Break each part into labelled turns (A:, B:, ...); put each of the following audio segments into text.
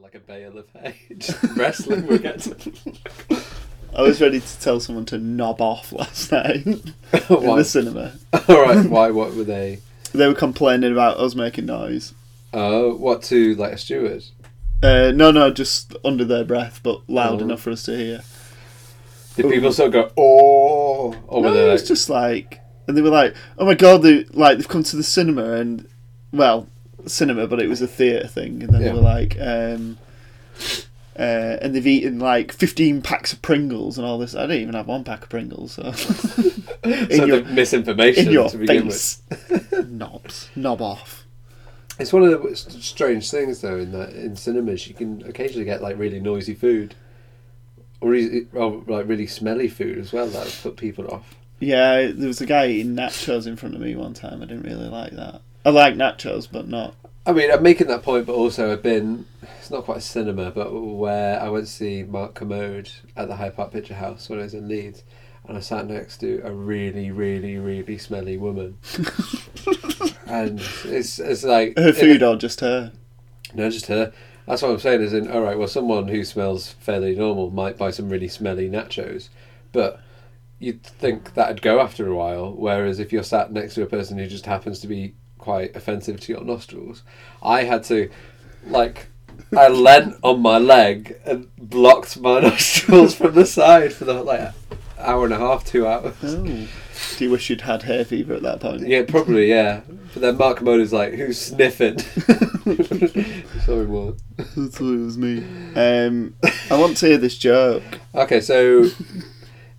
A: like a Bayer Page wrestling reggaeton.
B: I was ready to tell someone to knob off last night in
A: Why?
B: the cinema.
A: All right. Why? What were they?
B: They were complaining about us making noise.
A: Oh, what to like a steward?
B: Uh, no, no, just under their breath, but loud
A: Oh.
B: enough for us to hear.
A: Did
B: Ooh.
A: people still go oh? Or were
B: no,
A: they
B: it
A: like,
B: was just like, and they were like, "Oh my god!" They like they've come to the cinema and, well, cinema, but it was a theatre thing, and then
A: Yeah.
B: they were like, um, uh, and they've eaten like fifteen packs of Pringles and all this. I didn't even have one pack of Pringles, so in
A: so
B: your
A: the misinformation
B: in your
A: to begin
B: face, knobs, knob off.
A: with. It's one of the s- strange things though in that in cinemas you can occasionally get like really noisy food, or, easy, or like really smelly food as well that would put people off.
B: Yeah, there was a guy eating nachos in front of me one time. I didn't really like that. I like nachos, but not.
A: I mean, I'm making that point, but also I've been, it's not quite a cinema, but where I went to see Mark Commode at the Hyde Park Picture House when I was in Leeds, and I sat next to a really, really, really smelly woman. and it's, it's like.
B: Her food or just her?
A: No, just her. That's what I'm saying. Is in all right. Well, someone who smells fairly normal might buy some really smelly nachos, but you'd think that'd go after a while. Whereas if you're sat next to a person who just happens to be quite offensive to your nostrils, I had to, like, I leant on my leg and blocked my nostrils from the side for the like hour and a half, two hours.
B: Oh. Do you wish you'd had hair fever at that point?
A: Yeah, probably, yeah. But then Mark Mona's like, who's sniffing? Sorry, what?
B: That's what it was me. Um, I want to hear this joke.
A: Okay, so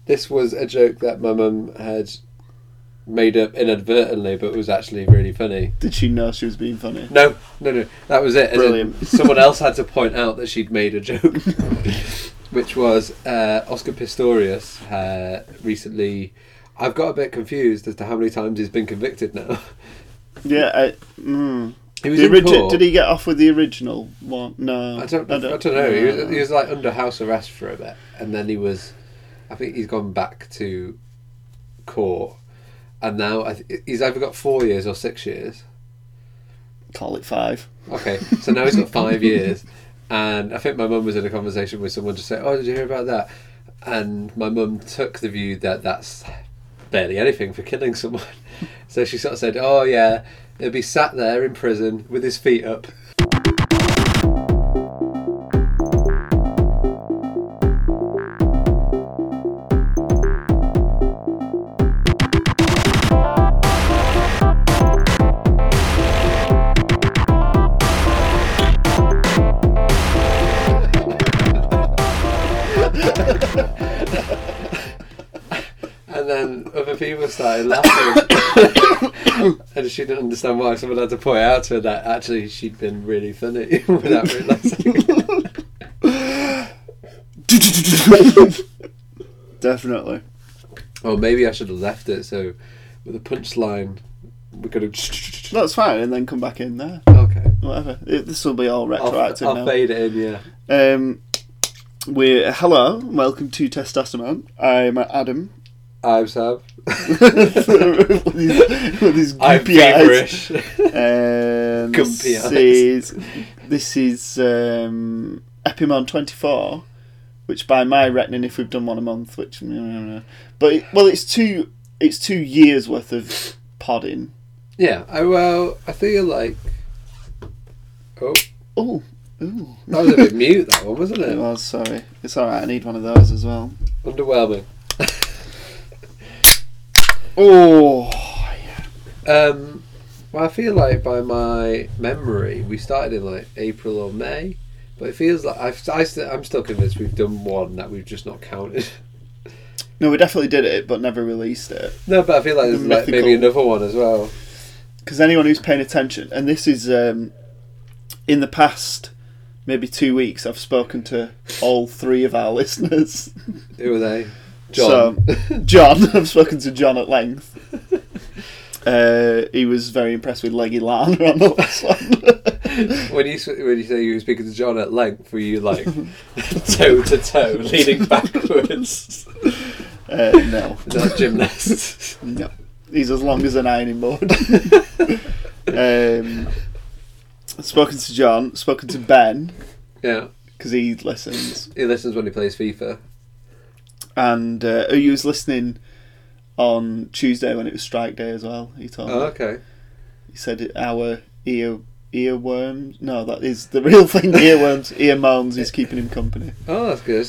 A: this was a joke that my mum had made up inadvertently, but was actually really funny.
B: Did she know she was being funny?
A: No, no, no, that was it. as in
B: Brilliant.
A: someone else had to point out that she'd made a joke, which was uh, Oscar Pistorius uh, recently. I've got a bit confused as to how many times he's been convicted now.
B: Yeah. I, mm.
A: He was
B: the
A: in
B: origi-
A: court.
B: did he get off with the original one? No.
A: I don't, I don't, know. He, was, he was like under house arrest for a bit, and then he was. I think he's gone back to court, and now I th- he's either got four years or six years.
B: Call it five.
A: Okay, so now he's got five years, and I think my mum was in a conversation with someone to say, "Oh, did you hear about that?" And my mum took the view that that's barely anything for killing someone, so she sort of said, "Oh yeah, he'll be sat there in prison with his feet up." And then other people started laughing. and she didn't understand why someone had to point out to her that actually she'd been really funny without realising.
B: Definitely.
A: or maybe I should have left it so with a punchline we could have.
B: That's fine, and then come back in there.
A: Okay.
B: Whatever. It, this will be all
A: I'll,
B: retroactive
A: I'll fade it in, yeah.
B: now. Um, we're hello, welcome to Testosterone. I'm Adam.
A: I'm Sam.
B: with his, with his
A: I'm
B: goopy eyes.
A: feverish.
B: Um,
A: Gumpy
B: this
A: eyes.
B: is this is um, Epimon twenty four, which by my reckoning, if we've done one a month, which but it, well, it's two it's two years worth of podding.
A: yeah, I, well, I feel like. Oh,
B: Oh, ooh,
A: that was a bit mute, that one, wasn't
B: it
A: it?
B: was sorry. It's all right. I need one of those as well.
A: Underwhelming.
B: Oh,
A: Um, well, I feel like by my memory, we started in like April or May, but it feels like I've, I st- I'm still convinced we've done one that we've just not counted.
B: no, we definitely did it, but never released it.
A: no, but I feel like there's like maybe
B: Mythical.
A: another one as well.
B: because anyone who's paying attention, and this is um, in the past maybe two weeks, I've spoken to all three of our listeners.
A: Who are they? John.
B: So, John, I've spoken to John at length. Uh, he was very impressed with Leggy Lana on the last one.
A: when you s- when you say you were speaking to John at length, were you like toe to toe, leaning backwards,
B: uh, no,
A: like gymnasts?
B: no, he's as long as an ironing board. um, spoken to John, spoken to Ben,
A: Yeah,
B: because he listens.
A: he listens when he plays FIFA.
B: And uh, oh, he was listening on Tuesday when it was Strike Day as well. He told
A: Oh,
B: me.
A: okay.
B: He said it- our ear earworms. No, that is the real thing. Earworms, ear moans is keeping him company.
A: Oh, that's good.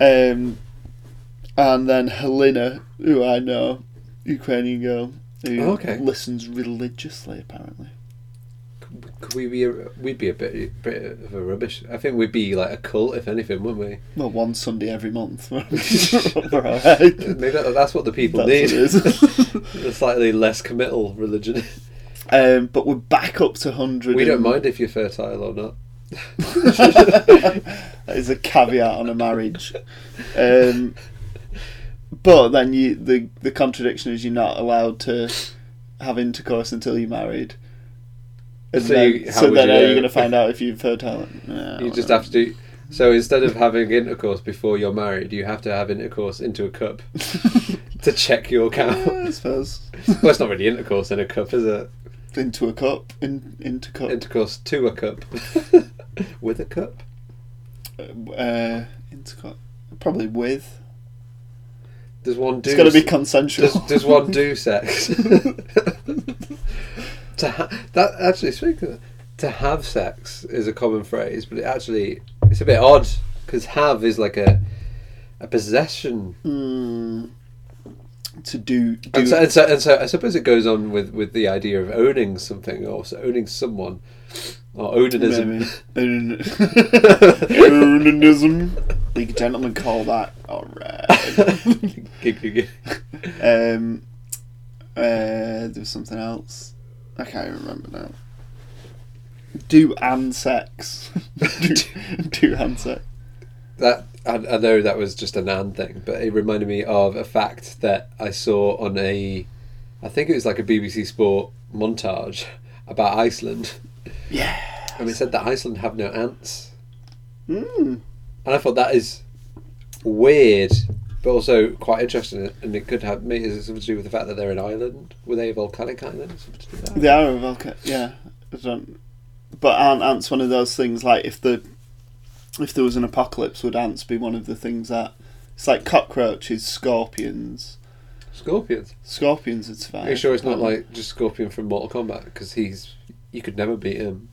B: Um, and then Helena, who I know, Ukrainian girl, who
A: Oh, okay.
B: listens religiously apparently.
A: Could we be a, we'd be a bit, bit of a rubbish. I think we'd be like a cult if anything, wouldn't
B: Well, one Sunday every month. We're all
A: we?
B: right.
A: Maybe that, that's what the people
B: That's
A: need.
B: what it is.
A: a slightly less committal religion.
B: um, but we're back up to 100.
A: We don't
B: and-
A: mind if you're fertile or not.
B: that is a caveat on a marriage. Um, but then you the the contradiction is you're not allowed to have intercourse until you're married. And
A: So
B: then,
A: you- how
B: so
A: would
B: then
A: you
B: are
A: know?
B: you going to find out if you're fertile? No,
A: You just have to do. So instead of having intercourse before you're married, you have to have intercourse into a cup to check your
B: Yeah,
A: cow.
B: I suppose
A: well, it's not really intercourse in a cup, is it?
B: into a cup, in into cup,
A: Intercourse to a cup. With a cup?
B: uh, into cup, probably with.
A: Does one do.
B: It's got to be
A: s-
B: consensual.
A: does, does one do sex? to ha- that actually speaking of, to have sex is a common phrase, but it actually it's a bit odd because have is like a a possession
B: Mm, to do, do
A: And so, and, so, and so I suppose it goes on with, with the idea of owning something or s- owning someone or onanism.
B: Maybe. Onanism. The gentlemen call that alright.
A: Gig, gig, gig.
B: um, uh, there was something else. I can't even remember now. Do and sex. do, do and sex.
A: that I, I know that was just a nan thing, but it reminded me of a fact that I saw on a, I think it was like a BBC Sport montage about Iceland,
B: Yeah.
A: and it said that Iceland have no ants,
B: Mm.
A: and I thought that is weird, but also quite interesting, and it could have maybe it's something to do with the fact that they're an island. Were they a volcanic island? Something to do with that?
B: They are a volcano. Yeah. I don't, but aren't ants one of those things like if the if there was an apocalypse, would ants be one of the things that it's like cockroaches, scorpions.
A: Scorpions.
B: Scorpions would survive.
A: Are you sure it's not like just Scorpion from Mortal Kombat? Because he's you could never beat him.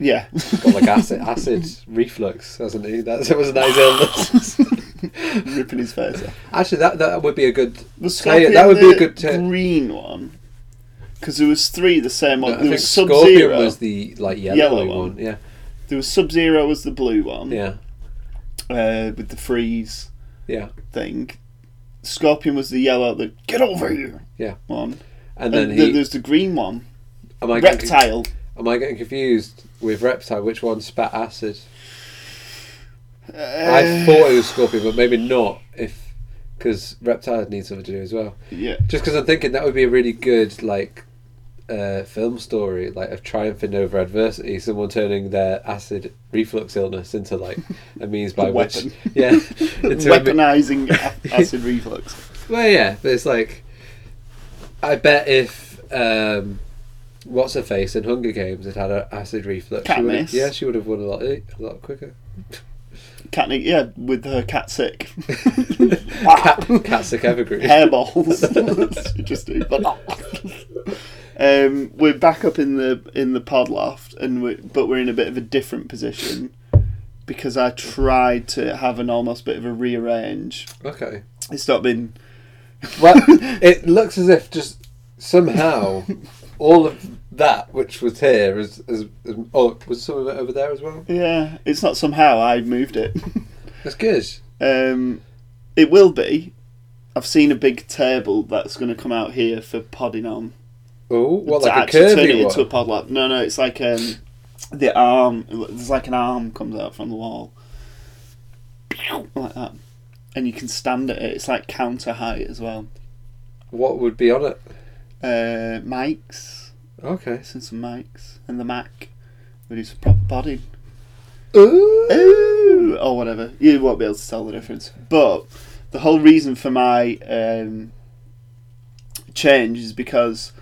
B: Yeah.
A: Got like acid acid reflux, hasn't he? That's, that was a nice illness.
B: Ripping his face off.
A: Actually, that that would be a good.
B: The
A: Say
B: scorpion,
A: it, that would be a
B: the
A: good tip.
B: green one. Because there was three the same
A: No,
B: one.
A: I
B: there
A: think
B: was Sub
A: Scorpion
B: Zero.
A: was the like yellow,
B: Yellow
A: one.
B: one. Hmm.
A: Yeah,
B: There was Sub Zero was the blue one.
A: yeah,
B: Uh, with the freeze
A: yeah.
B: thing. Scorpion was the yellow. The get over here.
A: Yeah.
B: One.
A: And
B: And,
A: then
B: then
A: he.
B: there's the green one.
A: am I getting,
B: Reptile.
A: am I getting confused with reptile? Which one spat acid? I
B: Uh,
A: thought it was Scorpion, but maybe not. If because reptile needs something to do as well.
B: Yeah.
A: Just because I'm thinking that would be a really good like uh, film story, like of triumphing over adversity. Someone turning their acid reflux illness into like a means by
B: A
A: which,
B: weapon.
A: yeah, into a me-
B: Weaponizing a- acid reflux.
A: well, yeah. But it's like, I bet if um, what's her face in Hunger Games had had an acid reflux, she would have-
B: Katniss.
A: yeah, she would have won a lot, eh, a lot quicker.
B: Cat, yeah, with her cat sick. Ah,
A: Cat, Catsick Evergreen.
B: hairballs. You just do. But um, we're back up in the in the pod loft, and we but we're in a bit of a different position because I tried to have an almost bit of a rearrange.
A: Okay.
B: It's not been
A: Well, it looks as if just somehow all of that which was here is, is, is oh was some of it over there as well.
B: yeah, it's not somehow I moved it.
A: That's good.
B: Um, it will be. I've seen a big table that's going to come out here for podding on.
A: Oh, what
B: to
A: like a
B: actually turn it
A: curvy
B: into a
A: one?
B: pod lab. No, no, it's like um, the arm. There's like an arm comes out from the wall, like that, and you can stand at it. It's like counter height as well.
A: What would be on it?
B: Uh, mics,
A: Okay.
B: listen some mics, and the Mac. We do some proper body.
A: Ooh.
B: Ooh, or whatever. You won't be able to tell the difference. But the whole reason for my um, change is because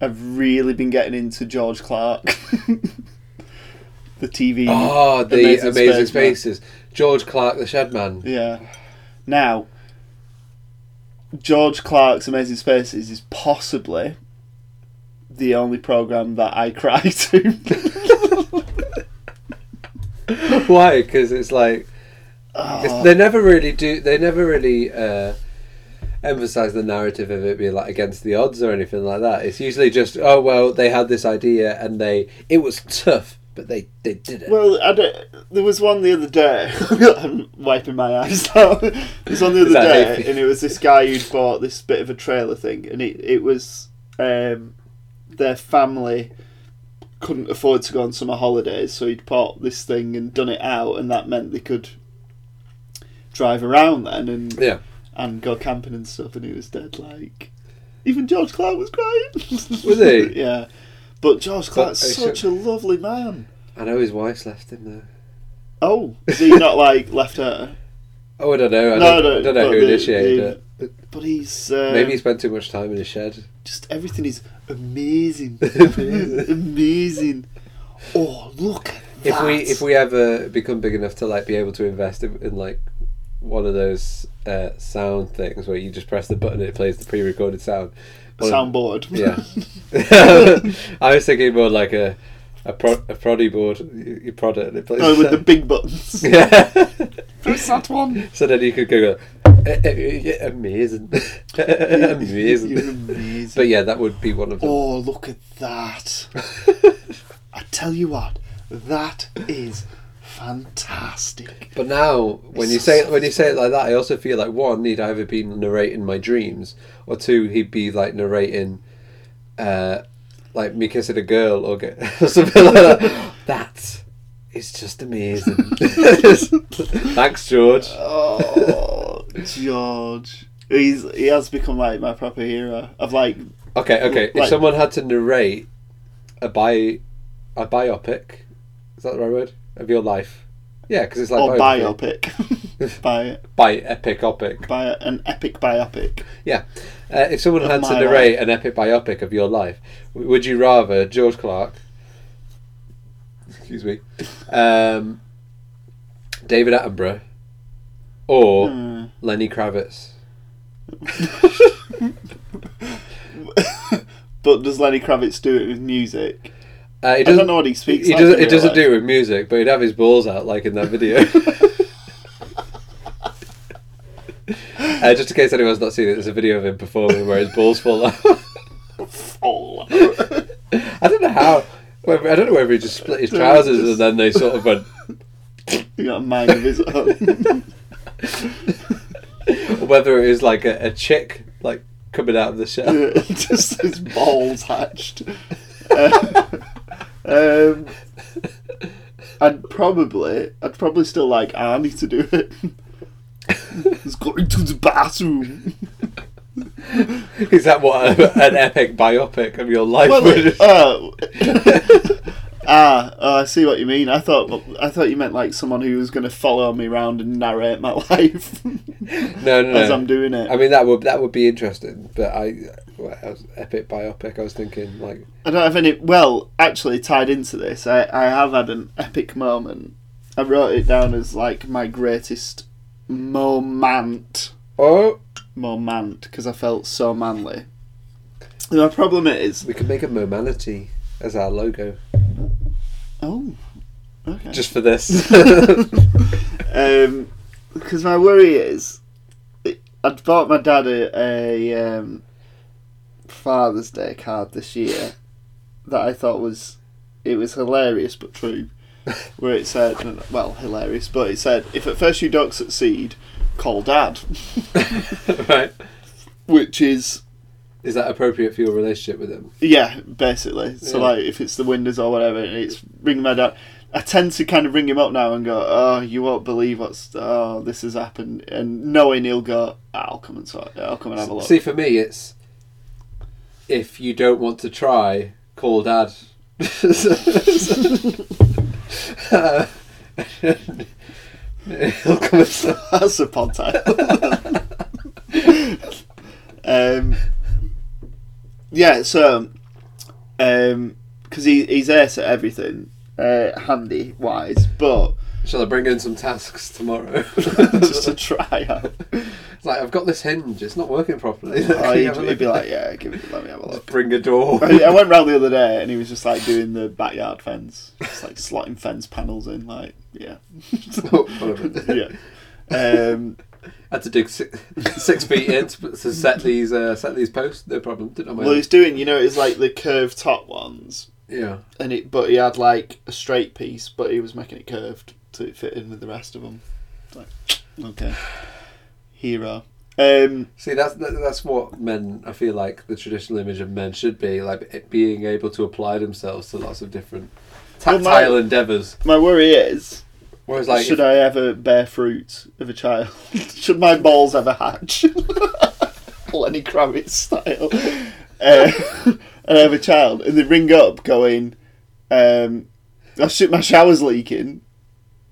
B: I've really been getting into George Clark. the TV.
A: Oh, the
B: Amazing
A: Amazing,
B: Spaceman.
A: Spaces. George Clark, the Shed Man.
B: Yeah. Now, George Clark's Amazing Spaces is possibly the only program that I cry to.
A: Why? Because it's like
B: Ah. Oh.
A: it's, they never really do. They never really uh, emphasize the narrative of it being like against the odds or anything like that. It's usually just oh well, they had this idea and they it was tough, but they they did it.
B: Well, I don't, there was one the other day. I'm wiping my eyes out. There was one the other
A: Is that
B: day,
A: healthy?
B: and it was this guy who'd bought this bit of a trailer thing, and it it was um, their family couldn't afford to go on summer holidays, so he'd bought this thing and done it out, and that meant they could drive around then and
A: yeah,
B: and go camping and stuff, and he was dead. Like even George Clark was crying.
A: Was he?
B: yeah. But George Clark's
A: I
B: such a lovely man.
A: I know his wife's left him though.
B: Oh, is he not like left her?
A: Oh, I don't know. I don't,
B: No, no,
A: I don't know
B: but
A: who
B: the-
A: initiated
B: the-
A: it. But
B: But he's um,
A: Maybe he spent too much time in his shed.
B: just everything is amazing,
A: Amazing.
B: amazing. Oh, look! At
A: If
B: that.
A: we if we ever become big enough to like be able to invest in, in like one of those uh, sound things where you just press the button and it plays the pre-recorded sound. One of-
B: soundboard,
A: Yeah. I was thinking more like a a, pro, a proddy board. You, you prod it and it plays.
B: no, Oh, with the big buttons.
A: yeah.
B: Press that one.
A: so then you could go. "Eh, eh, eh, Amazing,
B: You're
A: amazing.
B: amazing.
A: But yeah, that would be one of them.
B: Oh, look at that! I tell you what, that is fantastic.
A: But now, when you say it, when you say it like that, I also feel like one, he'd either be narrating my dreams, or two, he'd be like narrating, uh, like me kissing a girl or, get, or something like that. That is just amazing. Thanks, George.
B: Oh, George. He's, he has become like my proper hero. I've like
A: Okay, okay.
B: Right.
A: If someone had to narrate a bi a biopic, is that the right word of your life? Yeah, because it's like
B: or
A: biography.
B: biopic. Bi
A: Bi epic opic.
B: bio, an epic biopic.
A: Yeah. Uh, if someone
B: Of
A: had
B: my
A: to narrate an epic biopic of your life, w- would you rather George Clark? Excuse me. Um, David Attenborough or
B: Hmm.
A: Lenny Kravitz.
B: but does Lenny Kravitz do it with music?
A: Uh, he
B: I
A: doesn't-
B: don't know what he speaks
A: He
B: like
A: doesn't.
B: in
A: It
B: real
A: doesn't
B: life.
A: do it with music, but he'd have his balls out like in that video. uh, just in case anyone's not seen it, there's a video of him performing where his balls fall out.
B: Oh.
A: I don't know how. whether- I don't know whether he just split his trousers and then they sort of went.
B: he got a mind of his own.
A: or Whether it was like a, a chick like coming out of the shell.
B: Just his balls hatched. Uh, um, I'd probably, I'd probably still like Arnie to do it. He's going to the bathroom.
A: Is that what a, an epic biopic of your life
B: Well,
A: would?
B: uh, ah, oh, I see what you mean. I thought, I thought you meant like someone who was going to follow me around and narrate my life
A: no, no, no.
B: as I'm doing it.
A: I mean that would that would be interesting, but I, well, I was epic biopic. I was thinking like
B: I don't have any. Well, actually, tied into this, I, I have had an epic moment. I wrote it down as like my greatest moment.
A: oh
B: Moment, because I felt so manly. And my problem is.
A: we could make a momanity as our logo
B: Oh. Okay.
A: just for this.
B: Um, because my worry is, I'd bought my dad a, a um, Father's Day card this year that I thought was it was hilarious but true, where it said, well, hilarious, but it said, if at first you don't succeed, call dad,
A: right?
B: which is
A: Is that appropriate for your relationship with him?
B: Yeah, basically. So
A: Yeah.
B: like, if it's the windows or whatever, and it's ringing my dad. I tend to kind of ring him up now and go, "Oh, you won't believe what's oh this has happened," and knowing he'll go, "Ah, "I'll come and sort it. I'll come and have a look."
A: See, for me, it's if you don't want to try, call dad. He'll come and stop.
B: That's a pod title. um, yeah, so um 'cause because he, he's ace at everything, uh, handy wise, but
A: Shall I bring in some tasks tomorrow?
B: just
A: it's
B: to try out.
A: like I've got this hinge; it's not working properly.
B: Oh,
A: Can you
B: he'd,
A: have a
B: he'd be
A: look?
B: like, yeah, give it, let me have a look.
A: bring a door.
B: I, I went round the other day and he was just like doing the backyard fence, just like slotting fence panels in, like yeah, yeah. Um,
A: had to dig six, six feet in to, to set these uh, set these posts. No problem. Didn't I?
B: well, he's doing, you know, it's like the curved top ones,
A: yeah.
B: and it, but he had like a straight piece, but he was making it curved to fit in with the rest of them. Like, okay, hero. Um,
A: See, that's that, that's what men. I feel like the traditional image of men should be like it being able to apply themselves to lots of different
B: Well,
A: tactile
B: my-
A: endeavors.
B: my worry is,
A: Whereas, like,
B: should I ever bear fruit of a child? should my balls ever hatch? Lenny Kravitz style. Uh, and I have a child, and they ring up going, um, "I shoot my shower's leaking."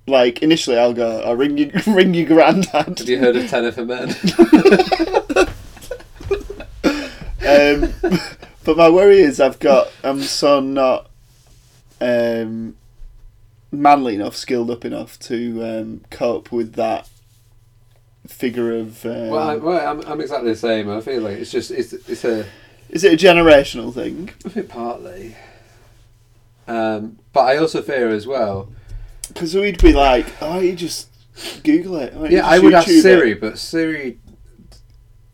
B: Like initially, I'll go, "I'll ring you, ring your granddad."
A: have you heard of Tenor for Men?
B: um, but my worry is I've got I'm so not um, manly enough, skilled up enough to um, cope with that figure of. Um,
A: well, I, well I'm, I'm exactly the same. I feel like it's just it's it's a
B: is it a generational thing?
A: I think partly. Um, but I also fear as well.
B: Because we'd be like, oh, you just Google it. why don't you
A: Yeah,
B: just
A: I would ask
B: YouTube it?"
A: Siri, but Siri,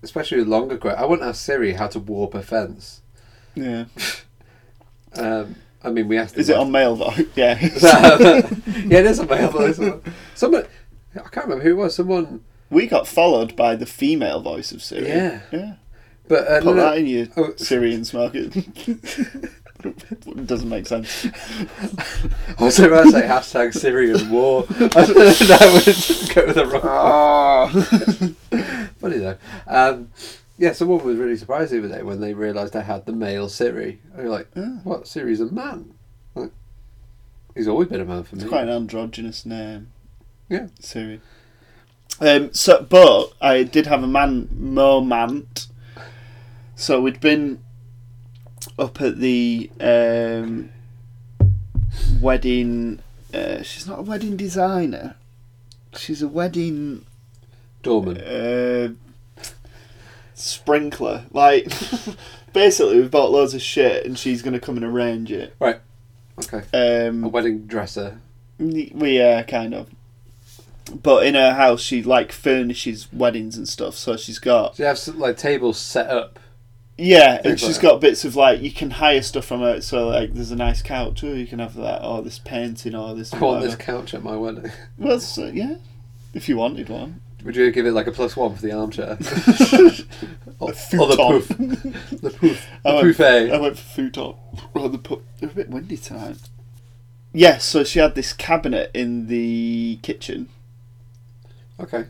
A: especially with longer questions, I wouldn't ask Siri how to warp a fence.
B: Yeah.
A: Um, I mean, we asked.
B: Is
A: them
B: it on Mailbox? Yeah.
A: yeah, it is available. It's available. Someone, I can't remember who it was. Someone,
B: we got followed by the female voice of Siri.
A: Yeah.
B: Yeah.
A: but uh, no,
B: Put that
A: no,
B: in your
A: Oh.
B: Syrians market. Doesn't make sense.
A: I was about to say hashtag Syrian war. that would go the wrong.
B: Ah.
A: Funny though. Um, yeah, someone was really surprised the other day when they realised I had the male Siri. They were like,
B: Ah.
A: "What? Siri's a man? Like, he's always been a man for me."
B: It's quite an androgynous name.
A: Yeah.
B: Siri. Um, so, but I did have a man moment. So we'd been up at the um, wedding. Uh, she's not a wedding designer. She's a wedding
A: Dorman.
B: uh, sprinkler. Like, basically, we've bought loads of shit, and she's going to come and arrange it.
A: Okay.
B: Um,
A: A wedding dresser.
B: We uh, kind of. But in her house, she like furnishes weddings and stuff. So she's got
A: So you have some, like tables set up.
B: yeah, and
A: Things like
B: she's
A: that.
B: got bits of like you can hire stuff from her. So like, there's a nice couch, or you can have that, or this painting, or this.
A: I want
B: Whatever.
A: this couch at my wedding.
B: Well, that's, uh, yeah, if you wanted one,
A: Would you give it like a plus one for the armchair? or,
B: A
A: or the
B: futon.
A: poof. The poof.
B: I
A: The
B: went- I
A: buffet.
B: went for futon. Well, the pu- they're a bit windy tonight. Yes, so she had this cabinet in the kitchen.
A: Okay.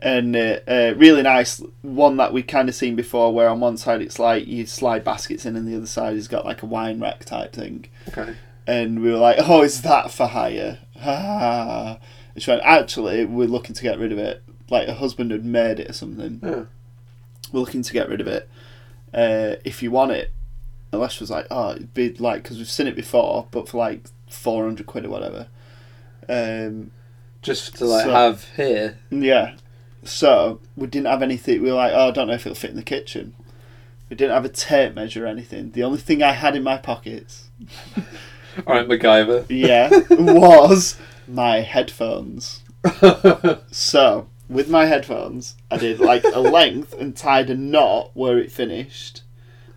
B: and uh, uh, really nice one that we kind of seen before where on one side it's like you slide baskets in and the other side has got like a wine rack type thing
A: Okay.
B: and we were like oh is that for hire Ah. and she went actually we're looking to get rid of it like her husband had made it or something
A: Yeah.
B: we're looking to get rid of it uh, if you want it and Lesh was like oh it'd be like because we've seen it before but for like 400 quid or whatever um,
A: Just to like
B: So-
A: have here.
B: Yeah. So we didn't have anything. We were like, oh, I don't know if it'll fit in the kitchen. We didn't have a tape measure or anything. The only thing I had in my pockets,
A: All right, MacGyver.
B: yeah, was my headphones. So with my headphones, I did like a length and tied a knot where it finished,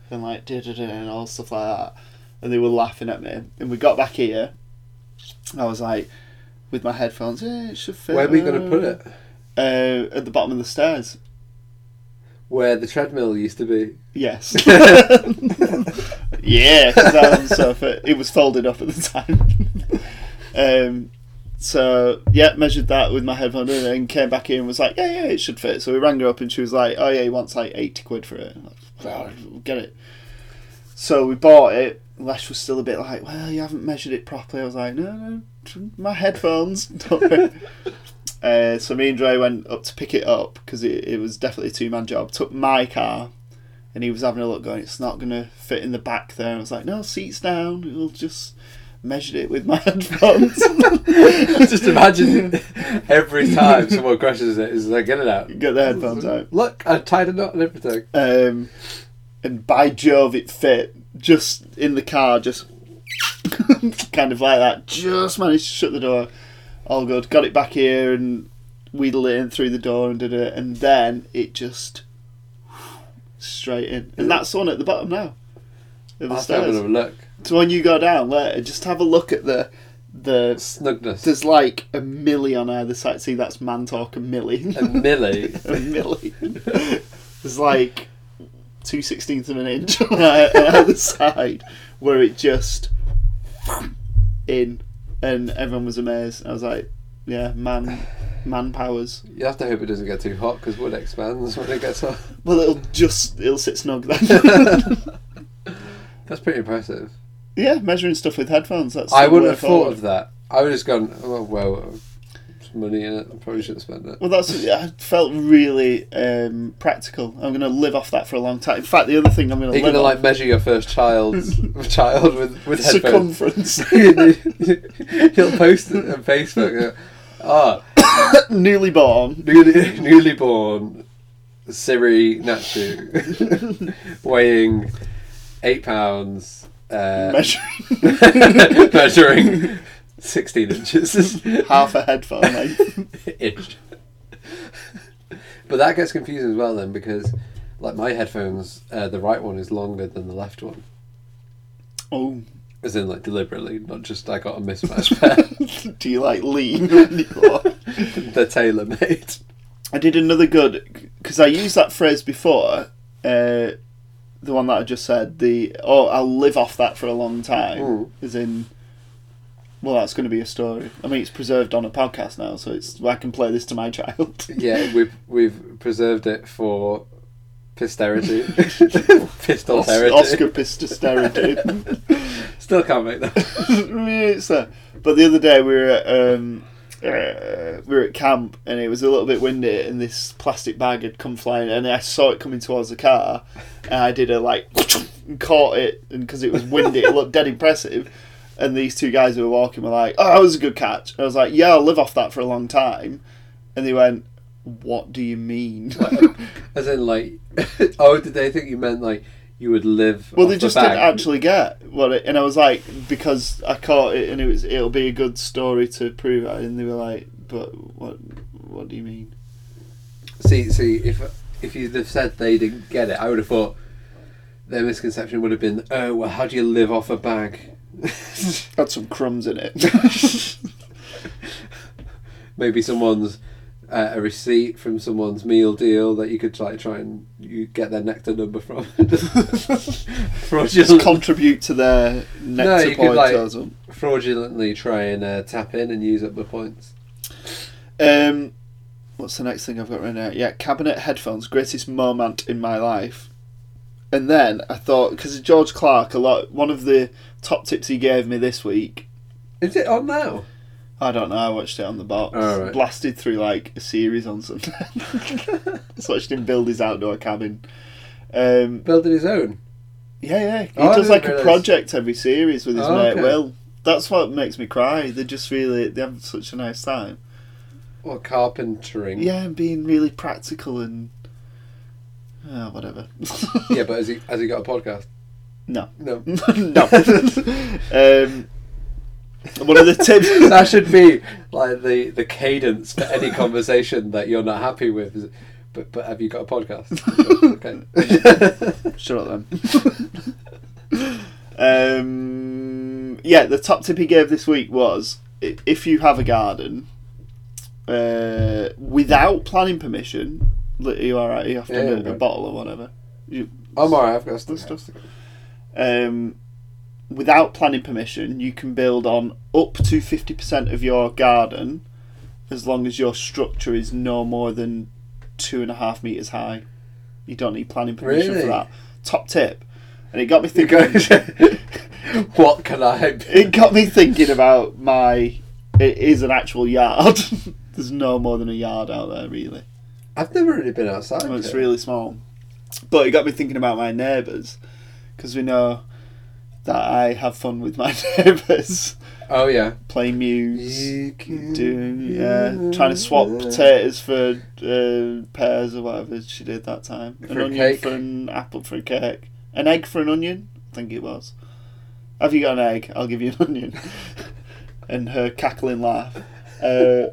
B: and like da da da and all stuff like that. And they were laughing at me. And we got back here. I was like, with my headphones, yeah, it should fit.
A: Where are we going to put it?
B: Uh, at the bottom of the stairs.
A: Where the treadmill used to be.
B: Yes. yeah, 'cause that was so fit. It was folded up at the time. um, so yeah, measured that with my headphone and then came back in and was like, yeah, yeah, it should fit. So we rang her up and she was like, oh yeah, he wants like eighty quid for it. I'm like, well, we'll get it. So we bought it. Lesh was still a bit like, well, you haven't measured it properly. I was like, no, no, my headphones. Don't worry. Uh, so me and Dre went up to pick it up because it, it was definitely a two man job. Took my car, and he was having a look, going, "It's not gonna fit in the back there." I was like, "No, seats down. It'll just measured it with my headphones.
A: Just imagine every time someone crashes it, is they get it out.
B: Get the headphones out.
A: Look, I tied a knot and everything.
B: Um, and by Jove, it fit just in the car, just kind of like that. Just managed to shut the door. All good. Got it back here and wheedled it in through the door and did it. And then it just straight in. And that's the one at the bottom now. Of the
A: I'll have
B: stairs.
A: another look.
B: So when you go down later, just have a look at the the.
A: Snugness.
B: There's like a millie on either side. See, that's man talk, a millie.
A: a milli.
B: a milli. There's like two sixteenths of an inch on the other side where it just in, and everyone was amazed. I was like, yeah, man, man powers.
A: You have to hope it doesn't get too hot because wood expands when it gets hot.
B: Well, it'll just it'll sit snug then.
A: That's pretty impressive.
B: yeah, measuring stuff with headphones. That's
A: I
B: the
A: wouldn't
B: way
A: have thought
B: forward.
A: of that. I would have just gone, oh, well, there's money in it. I probably shouldn't spend it.
B: Well, that's I felt really um, practical. I'm gonna live off that for a long time. In fact, the other thing I'm gonna
A: Are you going
B: live
A: to
B: off
A: like measure your first child's child with, with headphones?
B: circumference.
A: He'll post it on Facebook. Ah,
B: Newly born.
A: newly, newly born Siri Natsu, weighing eight pounds, uh,
B: measuring
A: measuring sixteen inches.
B: half a headphone length.
A: Ish. But that gets confusing as well then because, like my headphones, uh, the right one is longer than the left one.
B: Oh,
A: As in, like deliberately, not just I got a mismatched pair.
B: do you like lean? when you walk?
A: They're tailor made.
B: I did another good because I used that phrase before. Uh, the one that I just said. The oh, I'll live off that for a long time.
A: Mm.
B: As in, well, that's going to be a story. I mean, it's preserved on a podcast now, so it's I can play this to my child.
A: Yeah, we've we've preserved it for posterity. Pistolterity.
B: Oscar Pistasterity.
A: Still can't make that.
B: it's there. But the other day we were at, um, uh, we were at camp and it was a little bit windy and this plastic bag had come flying and I saw it coming towards the car and I did a like and caught it and because it was windy it looked dead impressive and these two guys who were walking were like oh that was a good catch and I was like yeah I'll live off that for a long time and they went what do you mean
A: As in, like, oh, did they think you meant like you would live?
B: Well,
A: off
B: they
A: the
B: just
A: back?
B: didn't actually get what it, and I was like, because I caught it, and it was it'll be a good story to prove it, and they were like, but what what do you mean?
A: See, see, if if you'd have said they didn't get it, I would have thought their misconception would have been, oh, well, how do you live off a bag?
B: Had some crumbs in it.
A: Maybe someone's uh, a receipt from someone's meal deal that you could like try and you get their nectar number from.
B: just
A: fraudulent,
B: contribute to their nectar
A: you could,
B: point
A: like-
B: or something.
A: fraudulently try and uh, tap in and use up the points.
B: Um, what's the next thing I've got right now? Yeah, cabinet headphones, greatest moment in my life. And then I thought, because George Clark, a lot, one of the top tips he gave me this week
A: Is it on now?
B: I don't know. I watched it on the box.
A: Oh, right.
B: Blasted through like a series on Sunday. Just watched him build his outdoor cabin. Um,
A: Building his own.
B: yeah, yeah. He
A: Oh, I
B: does
A: didn't
B: like a
A: realise.
B: project every series with his
A: Oh,
B: mate
A: okay.
B: Will. That's what makes me cry. They just really they have such a nice time.
A: Or carpentering.
B: Yeah, and being really practical and uh, whatever.
A: Yeah, but has he, has he got a podcast?
B: No.
A: No.
B: no. um, one of the tips.
A: that should be like the, the cadence for any conversation that you're not happy with. is, But but have you got a podcast? okay.
B: Shut up then. um, yeah, the top tip he gave this week was i- if you have a garden, uh, without planning permission, li- you are right, you have to
A: Yeah,
B: have
A: yeah,
B: a
A: right.
B: bottle or whatever. You,
A: I'm alright. I've got stuff.
B: Stuff. um, without planning permission, you can build on up to 50% of your garden as long as your structure is no more than two and a half metres high. You don't need planning permission
A: Really?
B: for that. Top tip. And it got me
A: You
B: thinking.
A: go. what can I? Be?
B: it got me thinking about my. It is an actual yard. There's no more than a yard out there, really.
A: I've never really been outside.
B: Well, Oh, it's
A: here.
B: really small. But it got me thinking about my neighbours because we know that I have fun with my neighbours,
A: Oh yeah.
B: play muse,
A: You can
B: doing yeah, trying to swap potatoes for uh, pears or whatever she did that time.
A: For
B: an
A: a
B: onion
A: cake.
B: for an apple for a cake, an egg for an onion. I think it was. Have you got an egg? I'll give you an onion. and her cackling laugh. Uh,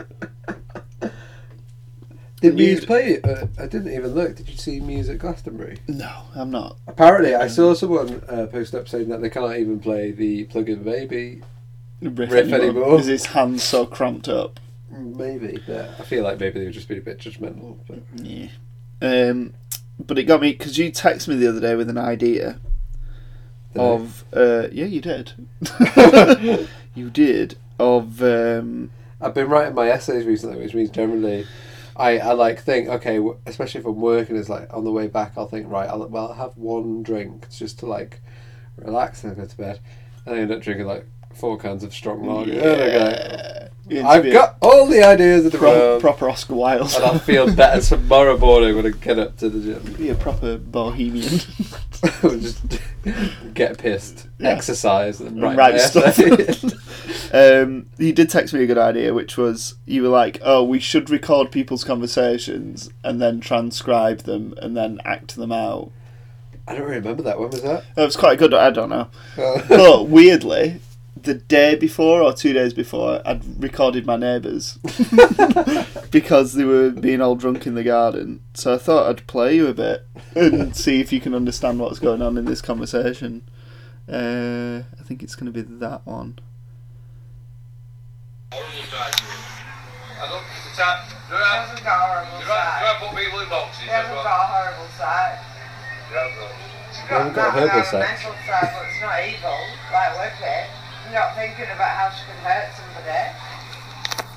A: Did
B: Muse-
A: Muse play? Uh, I didn't even look. Did you see Muse at Glastonbury?
B: no, I'm not.
A: Apparently, I saw someone uh, post up saying that they can't even play the Plug-in Baby.
B: Riff,
A: Riff anymore.
B: Because his hand's so cramped up.
A: Maybe. Yeah. I feel like maybe they were just being a bit judgmental. But
B: Yeah. Um, but it got me because you texted me the other day with an idea
A: Did I?
B: of uh, yeah, you did. you did of um,
A: I've been writing my essays recently, which means generally, I, I like think okay, w- especially if I'm working, is like on the way back, I'll think right, I'll well I'll have one drink just to like relax and go to bed, and I end up drinking like four cans of strong lager. And I go,
B: It's
A: I've
B: been
A: got all the ideas in the
B: pro-
A: world,
B: proper Oscar Wilde.
A: and I'll feel better tomorrow morning when I get up to the gym.
B: Be a proper bohemian.
A: just get pissed,
B: Yeah.
A: exercise, and write,
B: Write
A: my
B: stuff.
A: essay.
B: um, you did text me a good idea, which was you were like, "Oh, we should record people's conversations and then transcribe them and then act them out."
A: I don't remember that. When was that?
B: That was quite good. I don't know.
A: Uh,
B: but weirdly, the day before or two days before, I'd recorded my neighbours because they were being all drunk in the garden. So I thought I'd play you a bit and see if you can understand what's going on in this conversation. Uh, I think it's going to be that one.
C: Almost died. I don't need to tap. Do I?
D: Hasn't got horrible
C: Do I, do I
D: sight.
C: put people in boxes?
D: She hasn't
C: I've
D: got horrible sight.
C: Yeah, I've got-
D: She's
A: haven't got
D: that
A: horrible sight.
D: mental side, but it's not evil, like we're fit. You're not thinking about how she can hurt somebody.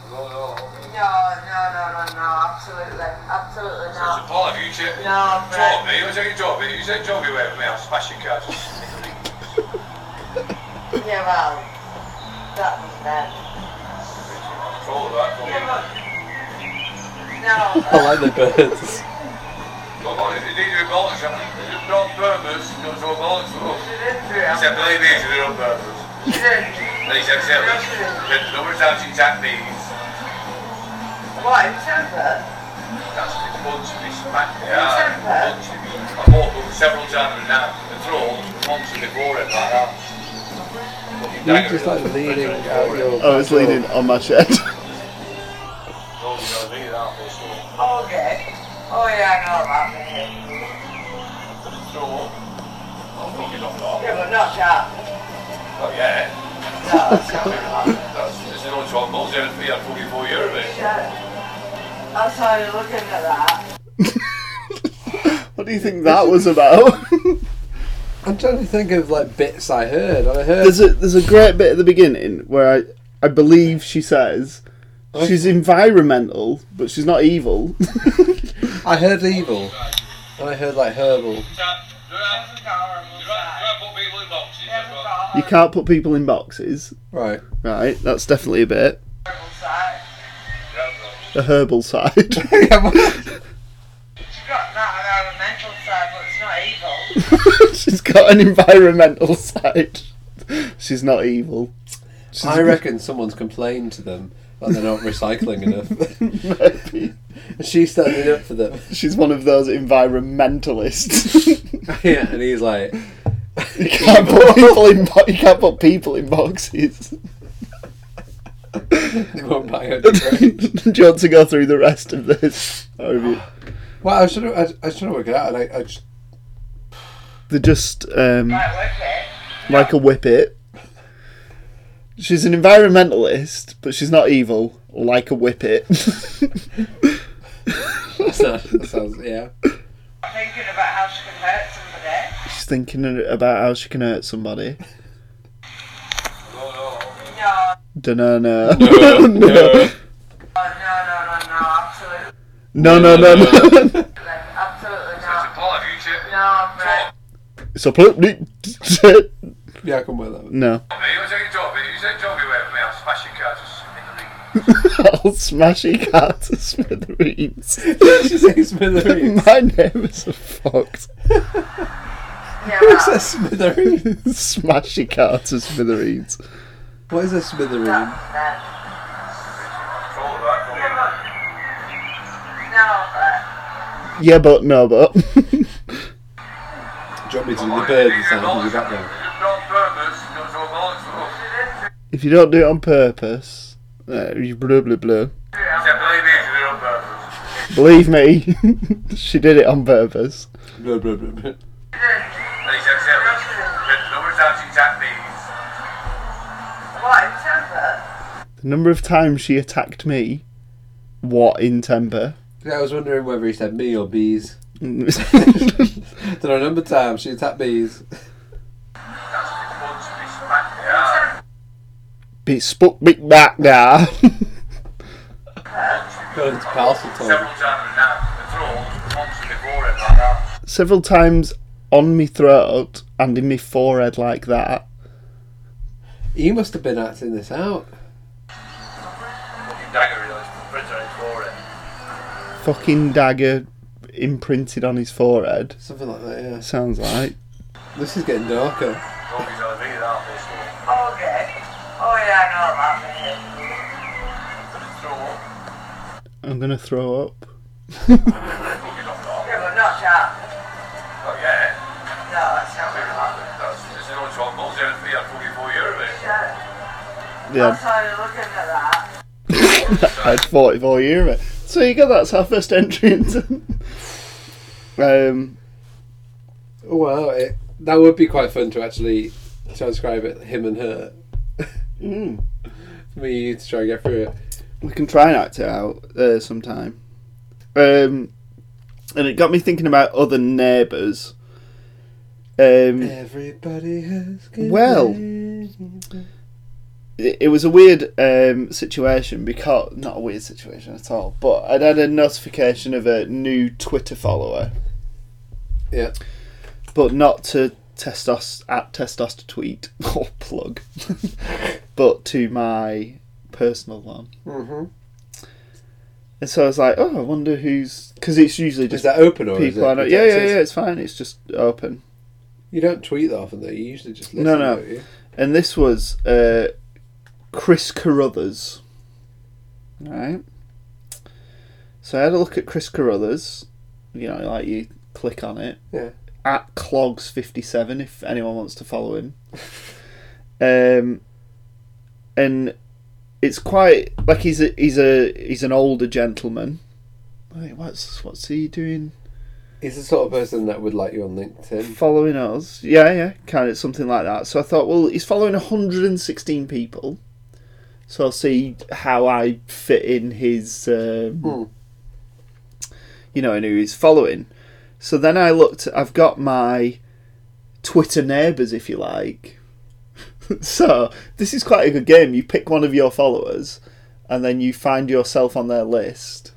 C: No, no.
D: No, no, no, no, no, absolutely, absolutely
C: It's a
D: not.
C: Paul, have you checked?
D: No,
C: Drop
D: Fred.
C: me. You take a drop me. You take drop me away from me. I'll smash your cars.
D: Yeah, well, that was then.
C: Control of that. Come on.
A: I
D: No, uh,
A: like the birds.
C: Come on. If you need to be bollocks, I think they're not purpose. Not so bollocks.
D: she
C: though.
D: didn't do
C: He said,
D: it.
C: believe me, it's a on purpose.
D: She didn't.
C: And he said, "Sarah, the number of times she attacked me, he's-
D: What, in temper?
C: that's a punch me, smacked me.
D: Who said
C: hard,
D: that?
C: punch me. I walked up several times now. The throat, once before it, like that. Fucking
A: You're
C: dagger
A: just
C: it
A: like
C: up.
A: leaning out your.
B: Oh,
A: back
B: it's
A: door.
B: leaning on my shed.
C: Oh, you gotta lean out this one.
D: Oh, good. Oh, yeah, I know about me.
C: So, I'm fucking not long.
D: Yeah, but not that.
C: Not yet.
D: No, it's not that.
C: That's, it's only 12 months, and we had fucking four years of it.
D: I saw you looking at that.
B: what do you think that was about?
A: I'm trying to think of like bits I heard. I heard
B: there's a there's a great bit at the beginning where I I believe she says she's environmental, but she's not evil.
A: I heard evil, and I heard like herbal.
C: Do I, do I put people in boxes?
B: you can't put people in boxes.
A: Right.
B: Right, that's definitely a bit.
D: She
B: The herbal side.
D: got that on our mental side, but it's not evil.
B: She's got an environmental side. She's not evil. She's
A: I reckon someone's complained to them that they're not recycling enough.
B: Maybe.
A: She's standing up for them.
B: She's one of those environmentalists.
A: Yeah, and he's like,
B: you, can't put people in bo- you can't put people in boxes.
A: they won't buy her
B: Do you want to go through the rest of this? Or have you-
A: Well, I should have. I, I should have worked it out. And I, I just,
B: They're just um,
D: Like we're fit.
B: like a whippet. She's an environmentalist, but she's not evil, like a whippet.
A: that sounds, that sounds yeah.
D: Not Thinking about how she can hurt somebody.
B: She's thinking about how she can hurt somebody.
C: No, no.
D: No,
B: Dunno, no.
A: No, no.
D: no, no, no, no, absolutely,
B: No, no, no, no.
D: absolutely
C: It's
D: not.
C: a Paul, have you checked?
D: No, Brett.
B: It's a pl-
A: Yeah, I can wear that. One.
B: No.
C: Drop me, you take a drop me. You take a drop me away from me, I'll smash your cars.
B: I'll smash your car to smithereens.
A: She says smithereens.
B: My neighbours are fucked.
D: No,
A: What's a
D: that,
A: smithereen?
B: Smash your car to smithereens.
A: What is a smithereen?
D: that,
C: Control of that.
D: no, that.
B: Yeah, but no, but.
A: Drop me to do the bird sound in the background.
C: Not purpose, not so bollocks.
B: if you don't do it on purpose, uh, you blah blah blah.
C: Except believe me, it's a little purpose.
B: Believe me, she did it on purpose.
A: Blah, blah, blah, blah.
C: At least I've said The number of times she's attacked me,
D: What,
B: The number of times she attacked me, what in
D: in temper?
B: temper?
A: Yeah, I was wondering whether he said me or bees.
B: That's
A: There are a number of times she attacked bees.
C: that's the punch me smacked me out.
B: bit spook big back now.
A: Going to parcel talk.
C: Several times in that, the throat, once before it like that.
B: Several times on me throat and in me forehead like that.
A: He must have been acting this out.
C: Fucking dagger in his printer in his forehead.
B: Fucking dagger imprinted on his forehead.
A: Something like that, yeah.
B: Sounds like.
A: This is getting darker.
C: Nobody's gonna be that this one.
D: Okay. Oh, yeah, I know about that.
C: Throat,
B: I'm gonna throw up.
C: fucking knocked off.
D: Yeah, but not that.
C: Not yet.
D: No, that's not what I'm talking
C: That's it's only 12 months, it hasn't been a fucking four year of
B: Yeah,
C: it.
D: about. I'm sorry, looking at that.
B: I had 44 year of it. So you go, that's our first entry into. um,
A: Wow, it, that would be quite fun to actually transcribe it, him and her.
B: mm,
A: For me, you to try and get through it.
B: we can try and act it out uh, sometime. Um, and it got me thinking about other neighbours. Um,
A: Everybody has
B: Well. it, it was a weird um, situation because not a weird situation at all. But I'd had a notification of a new Twitter follower,
A: Yeah.
B: but not to testos at testos to tweet or plug, but to my personal one.
A: Mm-hmm.
B: And so I was like, oh, I wonder who's because it's usually
A: Is
B: just
A: that open or is it?
B: people I know. Yeah, yeah,
A: protected?
B: yeah. It's fine. It's just open.
A: You don't tweet that often though. You usually just listen.
B: No, no.
A: don't you?
B: and this was uh, Chris Carruthers. Right. So I had a look at Chris Carruthers. You know, like you click on it.
A: Yeah.
B: At Clogs57, if anyone wants to follow him. um, and it's quite like he's a he's a he's an older gentleman. Wait, what's what's he doing?
A: He's the sort of person that would like you on LinkedIn.
B: following us. Yeah, yeah, kind of something like that. So I thought, well, he's following 116 people. So I'll see how I fit in his, um,
A: Hmm.
B: you know, and who he's following. So then I looked. I've got my Twitter neighbours, if you like. so this is quite a good game. You pick one of your followers, and then you find yourself on their list,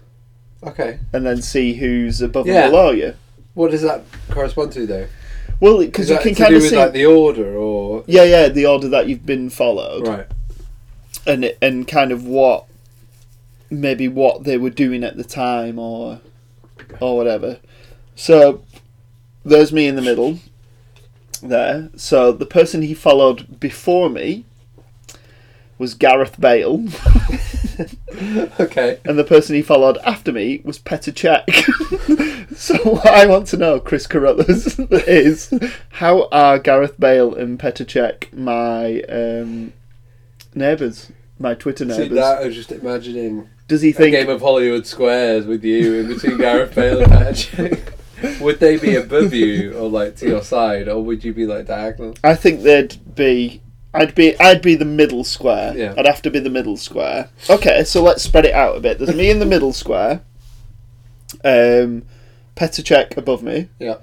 A: Okay.
B: and then see who's above
A: Yeah.
B: and below you.
A: What does that correspond to though?
B: Well, because
A: Is
B: you
A: that
B: can
A: to
B: kind
A: do
B: of
A: with
B: see.
A: like the order or
B: yeah, yeah, the order that you've been followed.
A: right?
B: and and kind of what maybe what they were doing at the time or or whatever. So there's me in the middle there. So the person he followed before me was Gareth Bale,
A: Okay.
B: and the person he followed after me was Petr Cech. so what I want to know, Chris Carruthers, is how are Gareth Bale and Petr Cech my um, neighbours, my Twitter
A: See
B: neighbours?
A: that? I was just imagining
B: Does he
A: a
B: think?
A: game of Hollywood Squares with you in between Gareth Bale and Patrick. would they be above you or like to your side, or would you be like diagonal?
B: I think they'd be. I'd be. I'd be the middle square.
A: Yeah.
B: I'd have to be the middle square. Okay, so let's spread it out a bit. There's me in the middle square. Um, Petr Cech above me.
A: Yeah.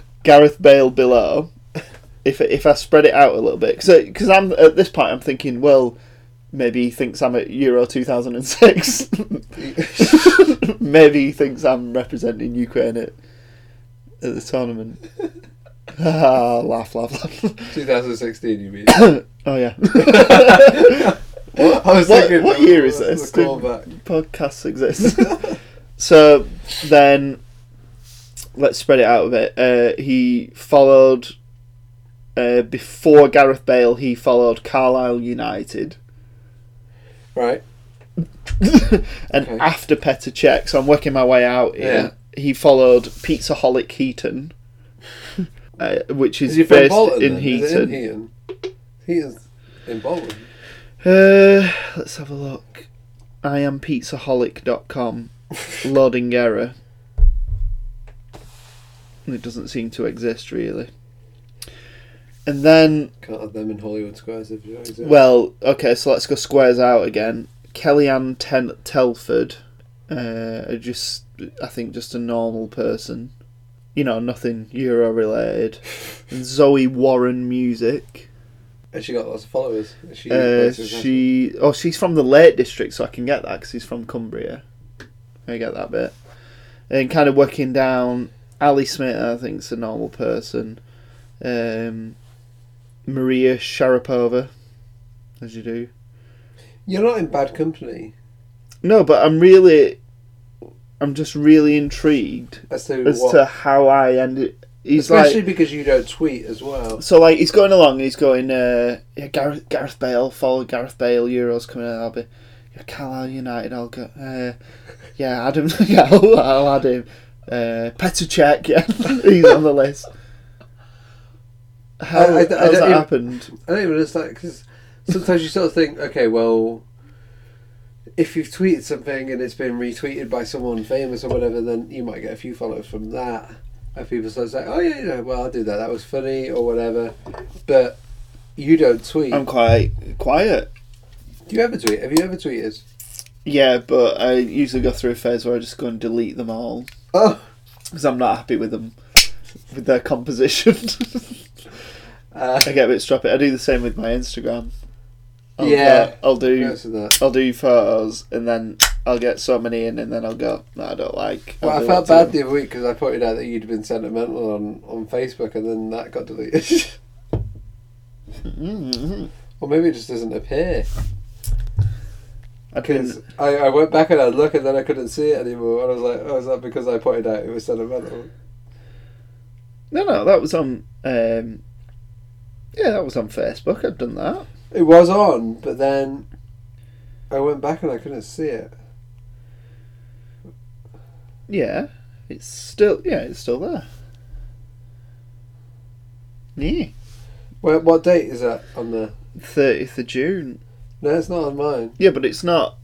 B: Gareth Bale below. If if I spread it out a little bit, because I'm at this point, I'm thinking, well, maybe he thinks I'm at Euro 2006. maybe he thinks I'm representing Ukraine at at the tournament. Ah, laugh, laugh, laugh.
A: 2016, you mean?
B: Oh yeah.
A: I was
B: What-
A: thinking,
B: what year is
A: what's
B: this?
A: The callback?
B: Podcasts exist. so then let's spread it out a bit. Uh, he followed uh, before Gareth Bale. He followed Carlisle United,
A: Right.
B: and
A: Okay.
B: after Petr Cech. So I'm working my way out here. He followed Pizza Holic Heaton, uh, which is,
A: Is he from
B: based
A: Bolton?
B: in
A: then?
B: Heaton.
A: Is it in Heaton? Heaton's in Bolton.
B: Uh, let's have a look. I am pizzaholic.com. Loading error. It doesn't seem to exist really. And then,
A: Can't have them in Hollywood Squares if you don't exist.
B: well, okay, so let's go squares out again. Kellyanne Ten- Telford, uh, just I think just a normal person, you know, nothing Euro related. And Zoe Warren music.
A: Has she got lots of followers? Is she,
B: Uh,
A: places as well?
B: she oh she's from the Lake District, so I can get that because she's from Cumbria. I get that bit, and kind of working down. Ali Smith, I think, is a normal person. Um, Maria Sharapova, as you do.
A: You're not in bad company
B: No, but I'm really, I'm just really intrigued
A: as to
B: as
A: what.
B: to how I ended. He's
A: Especially
B: like
A: because you don't tweet as well.
B: so, like he's going along. He's going, uh, yeah, Gareth, Gareth Bale, follow Gareth Bale. Euros coming out. I'll be, yeah, Carlisle United. I'll go. Uh, Yeah, Adam. Yeah, I'll, I'll add him. Uh, Petr Cech, yeah, he's on the list. How,
A: I- I- I
B: how's
A: don't
B: that
A: even-
B: happened?
A: I don't even understand because sometimes you sort of think, okay, well, if you've tweeted something and it's been retweeted by someone famous or whatever, then you might get a few followers from that. And people sort of say, oh yeah, you know, well, I did that. That was funny or whatever. But you don't tweet.
B: I'm quite quiet.
A: Do you ever tweet? Have you ever tweeted?
B: Yeah, but I usually go through a phase where I just go and delete them all
A: Oh,
B: because I'm not happy with them, with their composition.
A: uh,
B: I get a bit strappy. I do the same with my Instagram. I'll,
A: Yeah.
B: uh, I'll do.
A: notice that.
B: I'll do photos and then I'll get so many in and then I'll go, no, I don't like. I'll
A: Well, I
B: do
A: felt
B: that to
A: bad
B: them."
A: the other week because I pointed out that you'd been sentimental on, on Facebook and then that got deleted.
B: Mhm.
A: or maybe it just doesn't appear.
B: I couldn't.
A: Because I, I went back and I looked and then I couldn't see it anymore. And I was like, oh, is that because I pointed out it was sentimental?
B: No, no, that was on. Um, yeah, that was on Facebook. I'd done that.
A: It was on, but then I went back and I couldn't see it.
B: Yeah, it's still. Yeah, it's still there. Yeah,
A: Where, what date is that on there?
B: thirtieth of June.
A: No, it's not on mine.
B: Yeah, but it's not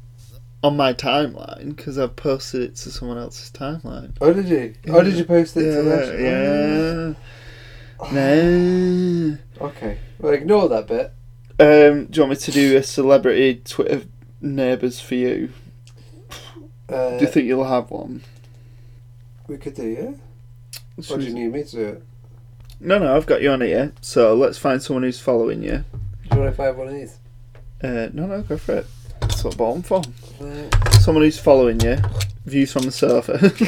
B: on my timeline because I've posted it to someone else's timeline.
A: Oh, did you? Oh, did you post it to Oh. Nash?
B: yeah, yeah. No.
A: Oh, Okay. Well, ignore that bit.
B: Um, do you want me to do a celebrity Twitter neighbours for you?
A: Uh,
B: Do you think you'll have one?
A: we could do, yeah? Or do you need me to do it?
B: No, no, I've got you on here. So let's find someone who's following you.
A: Do you want if I have one of these?
B: Uh, no, no, go for it. That's what bottom for.
A: No.
B: Someone who's following you. Views from the sofa.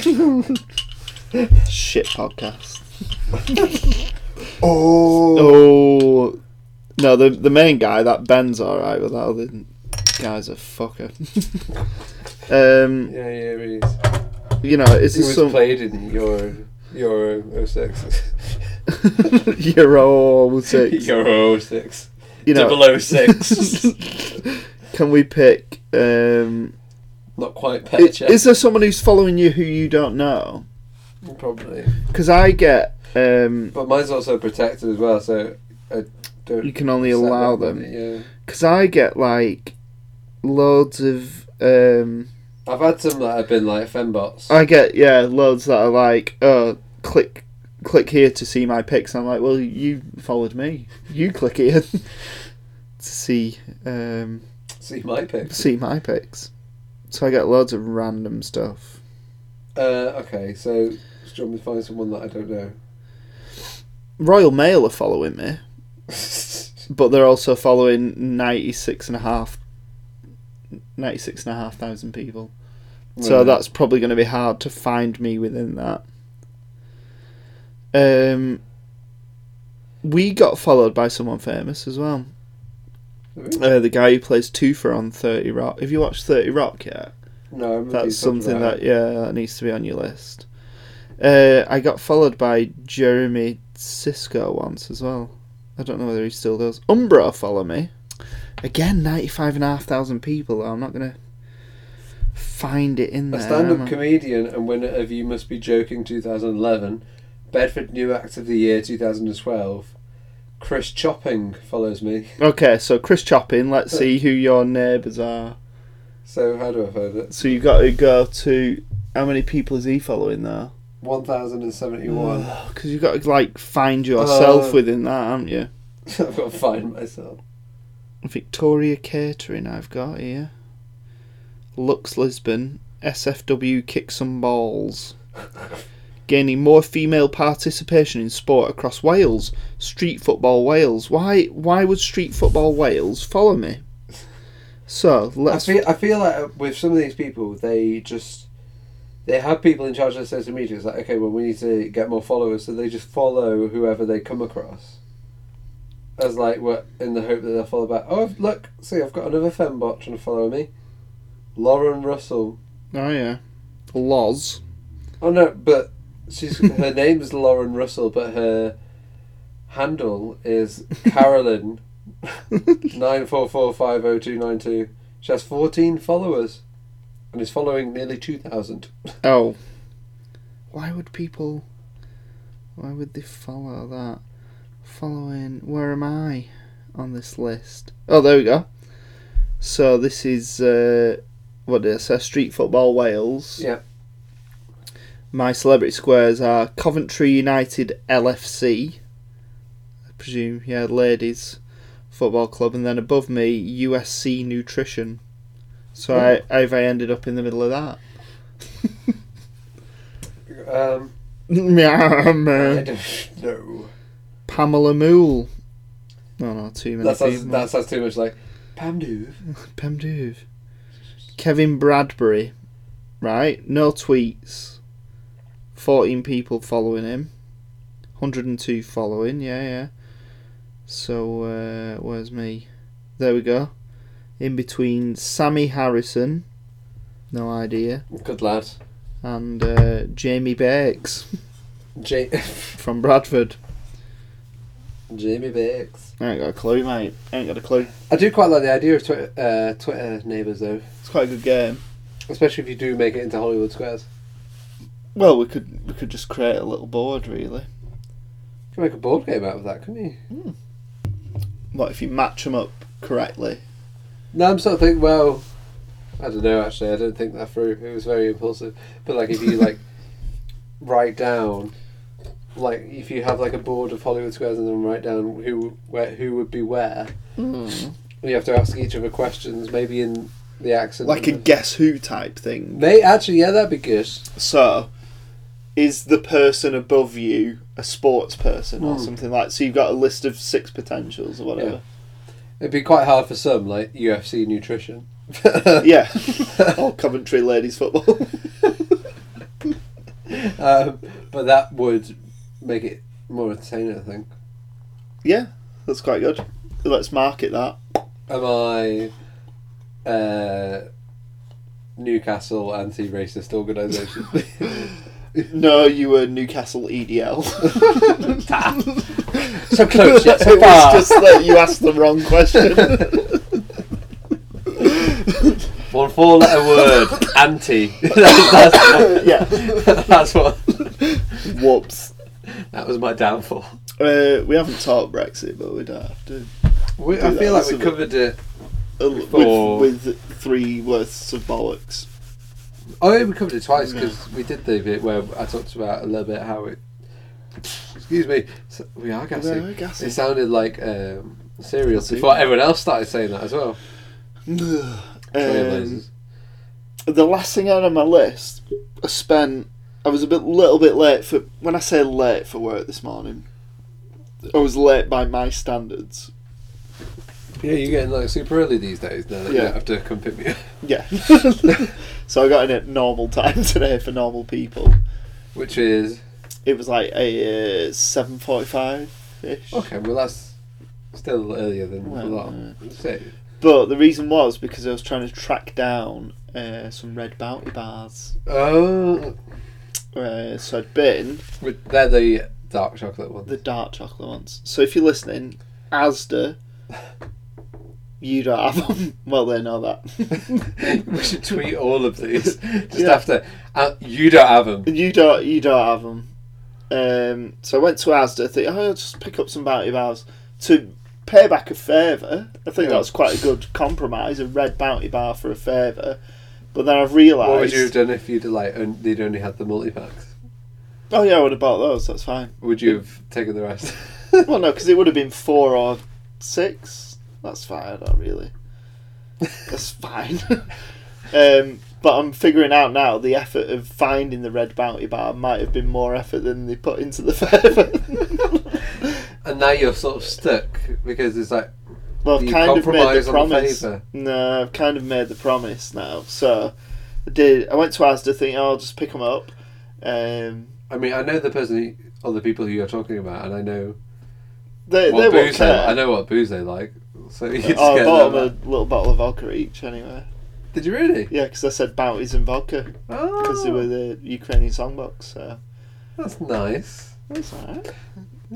B: Shit podcast.
A: Oh!
B: Oh. No, the the main guy, that Ben's alright, but that other guy's a fucker. um,
A: Yeah, yeah, it is.
B: you know, it's
A: It was
B: some
A: played in Euro, Euro 06.
B: Euro six.
A: Euro 06.
B: You know,
A: 006.
B: can we pick? Um,
A: Not quite
B: i-
A: Petr.
B: is there someone who's following you who you don't know?
A: Probably.
B: Because I get um,
A: But mine's also protected as well, so I don't.
B: you can only
A: set
B: allow
A: that limit,
B: them.
A: Yeah.
B: Because I get like loads of um,
A: I've had some that have been like fembots.
B: I get yeah loads that are like oh click click here to see my pics. I'm like well you followed me. You click here to see um,
A: See my pics.
B: see my pics. So I get loads of random stuff.
A: Uh, okay, so do you want me to find someone that I don't know?
B: Royal Mail are following me. but they're also following 96 and a half 96 and a half thousand people so
A: Right.
B: that's probably going to be hard to find me within that um we got followed by someone famous as well uh, the guy who plays Toofer on 30 Rock have you watched 30 Rock yet
A: No, I remember you
B: that's
A: talking
B: something
A: about
B: that yeah that needs to be on your list Uh, I got followed by Jeremy Cisco once as well. I don't know whether he still does. Umbro follow me. Again, 95,500 people. I'm not going to find it in
A: A
B: there.
A: stand
B: am
A: up
B: I?
A: comedian and winner of You Must Be Joking 2011, Bedford New Act of the Year 2012, Chris Chopping follows me.
B: Okay, so Chris Chopping, let's see who your neighbours are.
A: So how do I find it?
B: So you've got to go to. How many people is he following there?
A: 1071.
B: Because you've got to, like, find yourself
A: Oh.
B: within that, haven't you?
A: I've got to find myself.
B: Victoria Catering I've got here. Lux Lisbon, SFW kick some balls. Gaining more female participation in sport across Wales. Street football Wales. Why why would street football Wales follow me? So
A: I
B: let's
A: feel, I feel like with some of these people, they just. They have people in charge of social media. It's like, okay, well, we need to get more followers, so they just follow whoever they come across. As like, what in the hope that they'll follow back. Oh, I've- look, see, I've got another fembot trying to follow me, Lauren Russell.
B: Oh yeah. Loz.
A: Oh no, but she's her name is Lauren Russell, but her handle is Carolyn nine four four five zero two nine two. She has fourteen followers, and is following nearly two thousand.
B: Oh. Why would people why would they follow that? Following where am I on this list? Oh there we go. So this is uh what did I say? Street Football Wales.
A: Yeah.
B: My celebrity squares are Coventry United LFC. I presume, yeah, ladies football club, and then above me USC Nutrition. So I, I've I ended up in the middle of that.
A: Um, I
B: Meow.
A: don't know.
B: Pamela Mool. No, no, too many
A: That sounds
B: people.
A: that sounds too much like Pam Duve.
B: Pam Duve. Kevin Bradbury. Right? No tweets. 14 people following him. 102 following, yeah, yeah. So, uh, where's me? There we go. In between Sammy Harrison. No idea.
A: Good lad.
B: And uh, Jamie Bakes
A: Ja-
B: from Bradford.
A: Jamie Bakes.
B: I ain't got a clue, mate. I ain't got a clue.
A: I do quite like the idea of Twitter, uh, Twitter neighbours though,
B: It's quite a good game.
A: especially if you do make it into Hollywood Squares.
B: Well, we could we could just create a little board, really.
A: You could make a board game out of that, couldn't you?
B: What if you match them up correctly?
A: No, I'm sort of thinking. Well, I don't know. Actually, I didn't think that through. It was very impulsive. But like, if you like write down, like if you have like a board of Hollywood squares and then write down who where who would be where, and you have to ask each other questions, maybe in the accent.
B: Mm-hmm. Like a guess who type thing.
A: May actually, yeah, that'd be good.
B: So, is the person above you a sports person or
A: Hmm.
B: something like? So you've got a list of six potentials or whatever.
A: It'd be quite hard for some, like UFC nutrition.
B: Yeah. or Coventry ladies football.
A: um, but that would make it more entertaining, I think.
B: yeah, that's quite good. Let's market that.
A: Am I uh, Newcastle anti-racist organisation?
B: No, you were Newcastle E EDL.
A: so close yet so
B: it was
A: far.
B: just that you asked the wrong question.
A: One four-letter word: anti. that's,
B: yeah.
A: that's, that's what.
B: Whoops.
A: That was my downfall.
B: Uh, we haven't talked Brexit, but we don't have to.
A: We, I
B: Do
A: feel
B: that
A: like we
B: with-
A: covered it.
B: Uh,
A: Before-
B: with, with three worths of bollocks.
A: Oh, yeah, we covered it twice because we did the bit where I talked about a little bit how it. Excuse me. so- We are gassy.
B: We are gassy.
A: It sounded like um, cereal
B: Soup.
A: before everyone else started saying that as well.
B: Um,
A: Trailblazers.
B: the last thing I had on my list, I spent. I was a bit, little bit late for. When I say late for work this morning, I was late by my standards.
A: Yeah, you're getting like super early these days now. that You
B: Yeah.
A: don't have to come pick me up.
B: Yeah. so I got in at normal time today for normal people.
A: Which is
B: It was like a uh, seven forty-five ish.
A: okay. Well, that's still earlier than a
B: Well, uh,
A: lot.
B: yeah.
A: So,
B: But the reason was because I was trying to track down uh, some red bounty bars.
A: oh,
B: uh, so I'd been
A: But They're the dark chocolate ones.
B: the dark chocolate ones. So if you're listening, Asda, you don't have them. Well, they know that.
A: we should tweet all of these. Just
B: Yeah.
A: after. Uh, you don't have them.
B: you don't, you don't have them. Um, so I went to Asda. Think, oh, I'll just pick up some Bounty Bars to pay back a favour. I think
A: Yeah.
B: that's quite a good compromise. A red Bounty Bar for a favour. But then I've realised.
A: What would you have done if you'd like un- they'd only had the multi packs?
B: Oh yeah, I would have bought those. That's fine.
A: Would you have taken the rest?
B: Well, no, because it would have been four or six. That's fine. Not really. That's fine. um, but I'm figuring out now the effort of finding the red bounty bar might have been more effort than they put into the favour.
A: and now you're sort of stuck because it's like
B: well, I've
A: You
B: kind of
A: compromise
B: made the
A: on the
B: promise.
A: favour.
B: no, I've kind of made the promise now. So I did. I went to Asda thinking oh, I'll just pick them up. Um,
A: I mean I know the person who- or the people who you're talking about and I know
B: they
A: what
B: they won't
A: booze they
B: care.
A: I know what booze they like. So you just
B: Oh, I
A: get
B: bought
A: them.
B: 'em a little bottle of vodka each anyway.
A: Did you really?
B: Yeah, because I said bounties and vodka.
A: Oh,
B: because they were the Ukrainian songbox. So
A: that's nice.
B: that's alright.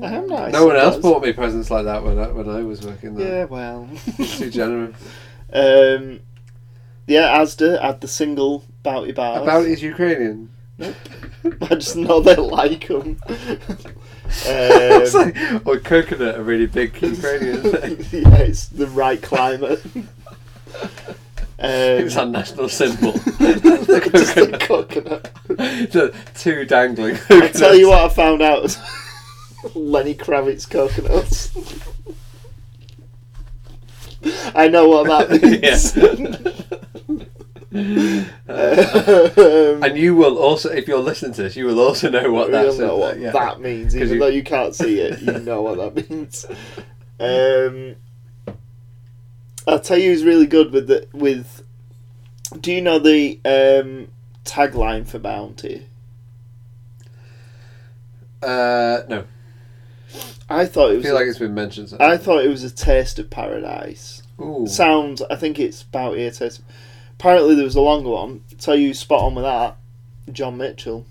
B: I am nice.
A: no one else
B: sometimes.
A: bought me presents like that when I, when I was working there.
B: Yeah, well.
A: Too generous.
B: um, yeah, Asda had the single bounty bars.
A: About is Ukrainian.
B: I just know they like them.
A: It's
B: um,
A: like, or coconut, a really big Ukrainian thing.
B: yeah, it's the right climate. um,
A: It's our national symbol.
B: just the
A: the coconut.
B: coconut.
A: The two dangling.
B: I tell you what, I found out. Lenny Kravitz coconuts. I know what that means.
A: Yeah.
B: Um,
A: and you will also, if you're listening to this, you will also know what that
B: You'll
A: says.
B: know what
A: yeah.
B: that means,
A: 'Cause
B: even
A: you-
B: though you can't see it. You know what that means. Um, I'll tell you, who's really good with the with. Do you know the um, tagline for Bounty?
A: Uh, no,
B: I thought it
A: I
B: was.
A: feel
B: a-
A: like it's been mentioned. so-
B: I thought it was a taste of paradise.
A: Ooh.
B: Sounds. I think it's Bounty. A taste. Apparently, there was a longer one. Tell you, spot on with that. John Mitchell.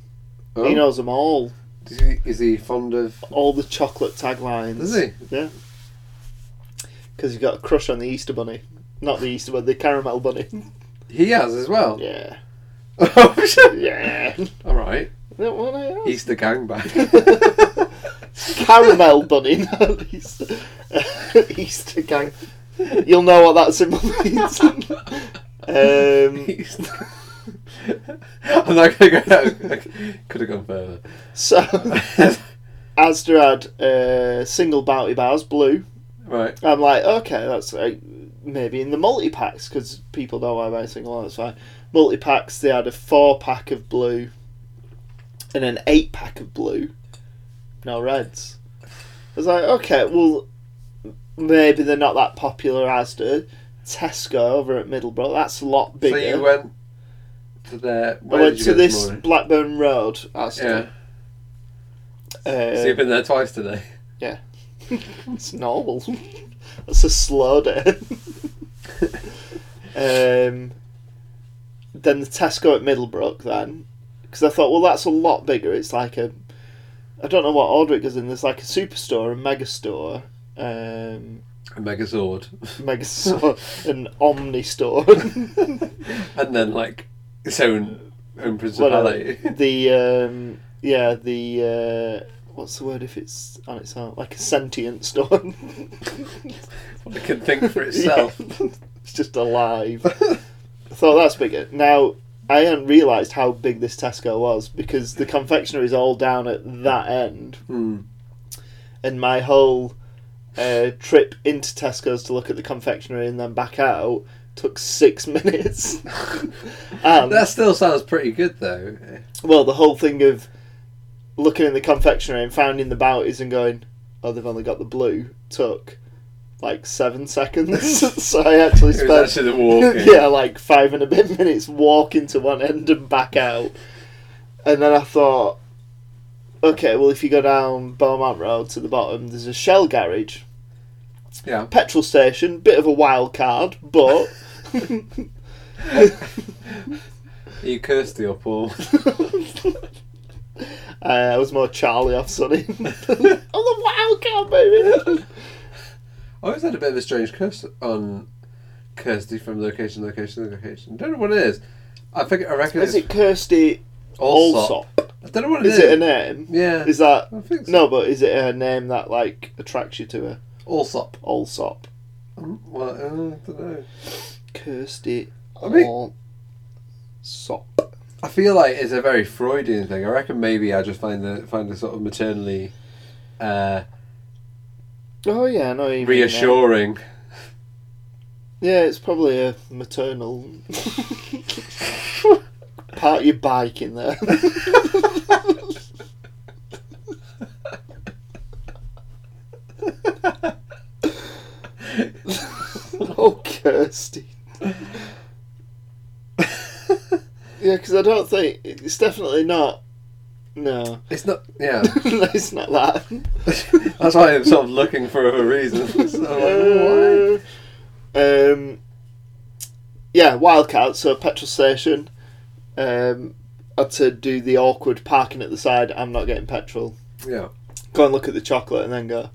A: Oh.
B: He knows them all.
A: Is he, is he fond of?
B: All the chocolate taglines.
A: Is he?
B: Yeah. Because you've got a crush on the Easter Bunny. Not the Easter Bunny, the Caramel Bunny.
A: He has as well.
B: Yeah.
A: Oh, shit.
B: Yeah.
A: All right.
B: That one I asked.
A: He's the gangbang.
B: Caramel Bunny, not Easter. Easter Gang. You'll know what that symbol means. um,
A: He's the... I'm not gonna go. Could have gone further.
B: so, Asda had uh, single bounty bars, blue.
A: right.
B: I'm like, okay, that's like maybe in the multi packs because people know I buy single. That's fine. Multi packs, they had a four pack of blue and an eight pack of blue, no reds. I was like, okay, well, maybe they're not that popular as do Tesco over at Middlebrook. That's a lot bigger.
A: So you went to their.
B: I
A: Where
B: went
A: did
B: to
A: you go
B: this
A: morning?
B: Blackburn Road Asda.
A: Yeah.
B: Uh,
A: so you've been there twice today.
B: It's normal. That's a slow day. um, then the Tesco at Middlebrook, then. Because I thought, well, that's a lot bigger. It's like a. I don't know what order it goes in. There's like a superstore, a megastore, um,
A: A Megazord.
B: megastore, an omni store.
A: and then like its own own principality.
B: the um, yeah, the uh, what's the word if it's on its own? Like a sentient store.
A: it can think for itself.
B: Yeah. it's just alive. so that's bigger. Now, I hadn't realised how big this Tesco was because the confectionery is all down at that end,
A: Hmm.
B: and my whole uh, trip into Tesco's to look at the confectionery and then back out took six minutes. and,
A: That still sounds pretty good though.
B: well, the whole thing of looking in the confectionery and finding the bounties and going, oh, they've only got the blue, took like seven seconds. so I actually
A: It
B: spent.
A: was actually the walk.
B: yeah, like five and a bit minutes walking to one end and back out. And then I thought, okay, well, if you go down Beaumont Road to the bottom, there's a Shell garage,
A: Yeah.
B: petrol station, bit of a wild card, but.
A: You cursed your Paul.
B: Uh, I was more Charlie off Sonny. I'm the wild card, baby.
A: I always had a bit of a strange curse on Kirsty from location, location, location. Don't know what it is. I think I reckon
B: Is
A: it's
B: it Kirsty
A: Allsop.
B: Allsop?
A: I don't know what
B: Is it a name?
A: Yeah.
B: Is that
A: I think so.
B: no? But is it a name that like attracts you to her?
A: Allsop.
B: Allsop,
A: Um, Well, uh, I don't know.
B: Kirsty
A: I mean-
B: Allsop.
A: I feel like it's a very Freudian thing. I reckon maybe I just find the find a sort of maternally uh,
B: Oh yeah, I know. what you mean, yeah.
A: reassuring.
B: Yeah, it's probably a maternal. Part your bike in there. oh, Kirsty. yeah, because I don't think it's definitely not. No,
A: It's not. Yeah,
B: it's not that.
A: that's why I'm sort of looking for other reasons. So I'm like, "Oh, why?"
B: Uh, Um, yeah, wildcat. So petrol station. Um, had to do the awkward parking at the side. I'm not getting petrol.
A: Yeah.
B: Go and look at the chocolate and then go.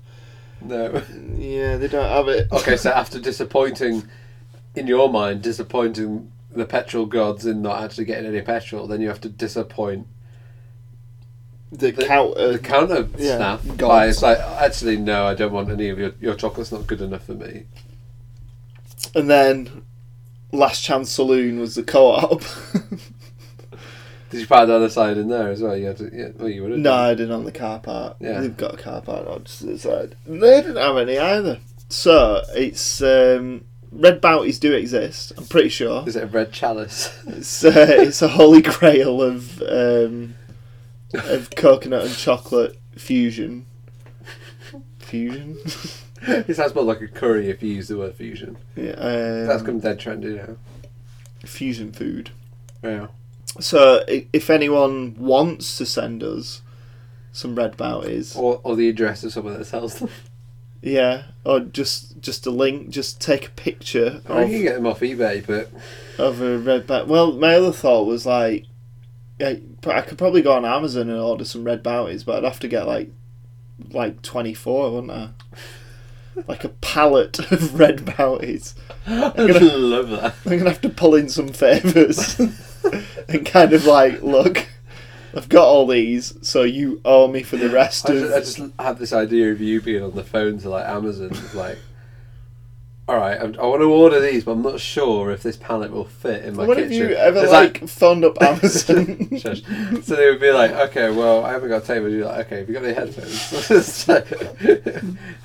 A: No.
B: Yeah, they don't have it.
A: Okay, so after disappointing, in your mind, disappointing the petrol gods in not actually getting any petrol, then you have to disappoint
B: the,
A: the-
B: counter.
A: the counter
B: yeah,
A: staff by
B: gods.
A: it's like actually no, I don't want any of your your chocolate's not good enough for me.
B: and then last chance saloon was the co-op.
A: Did you find the other side in there as well? You had to, yeah, well, you would have.
B: no, I didn't on the car park.
A: Yeah.
B: They've got a car park on just the side. And They didn't have any either. So it's um, red bounties do exist. I'm pretty sure.
A: Is it a red chalice?
B: It's uh, it's a holy grail of um, of coconut and chocolate fusion. Fusion.
A: it sounds more like a curry if you use the word fusion.
B: yeah, um,
A: That's come dead trendy now.
B: fusion food.
A: Yeah.
B: So i- if anyone wants to send us some red bounties,
A: Or, or the address of someone that sells them.
B: yeah, or just just a link, just take a picture
A: Or you
B: of,
A: can get them off eBay, but
B: of a red bounty. Well, my other thought was like, yeah, pr- I could probably go on Amazon and order some red bounties, but I'd have to get like like 24, wouldn't I? Like a pallet of red bounties.
A: I love that.
B: I'm gonna have to pull in some favors and kind of like, look, I've got all these, so you owe me for the rest
A: I
B: of.
A: just, I just had this idea of you being on the phone to like Amazon, like, all right, I'm, I want to order these, but I'm not sure if this pallet will fit in my
B: when have
A: kitchen.
B: you ever
A: It's
B: like, phoned up Amazon?
A: Shush. so they would be like, okay, well, I haven't got a table. You're like, okay, have you got any headphones? It's like,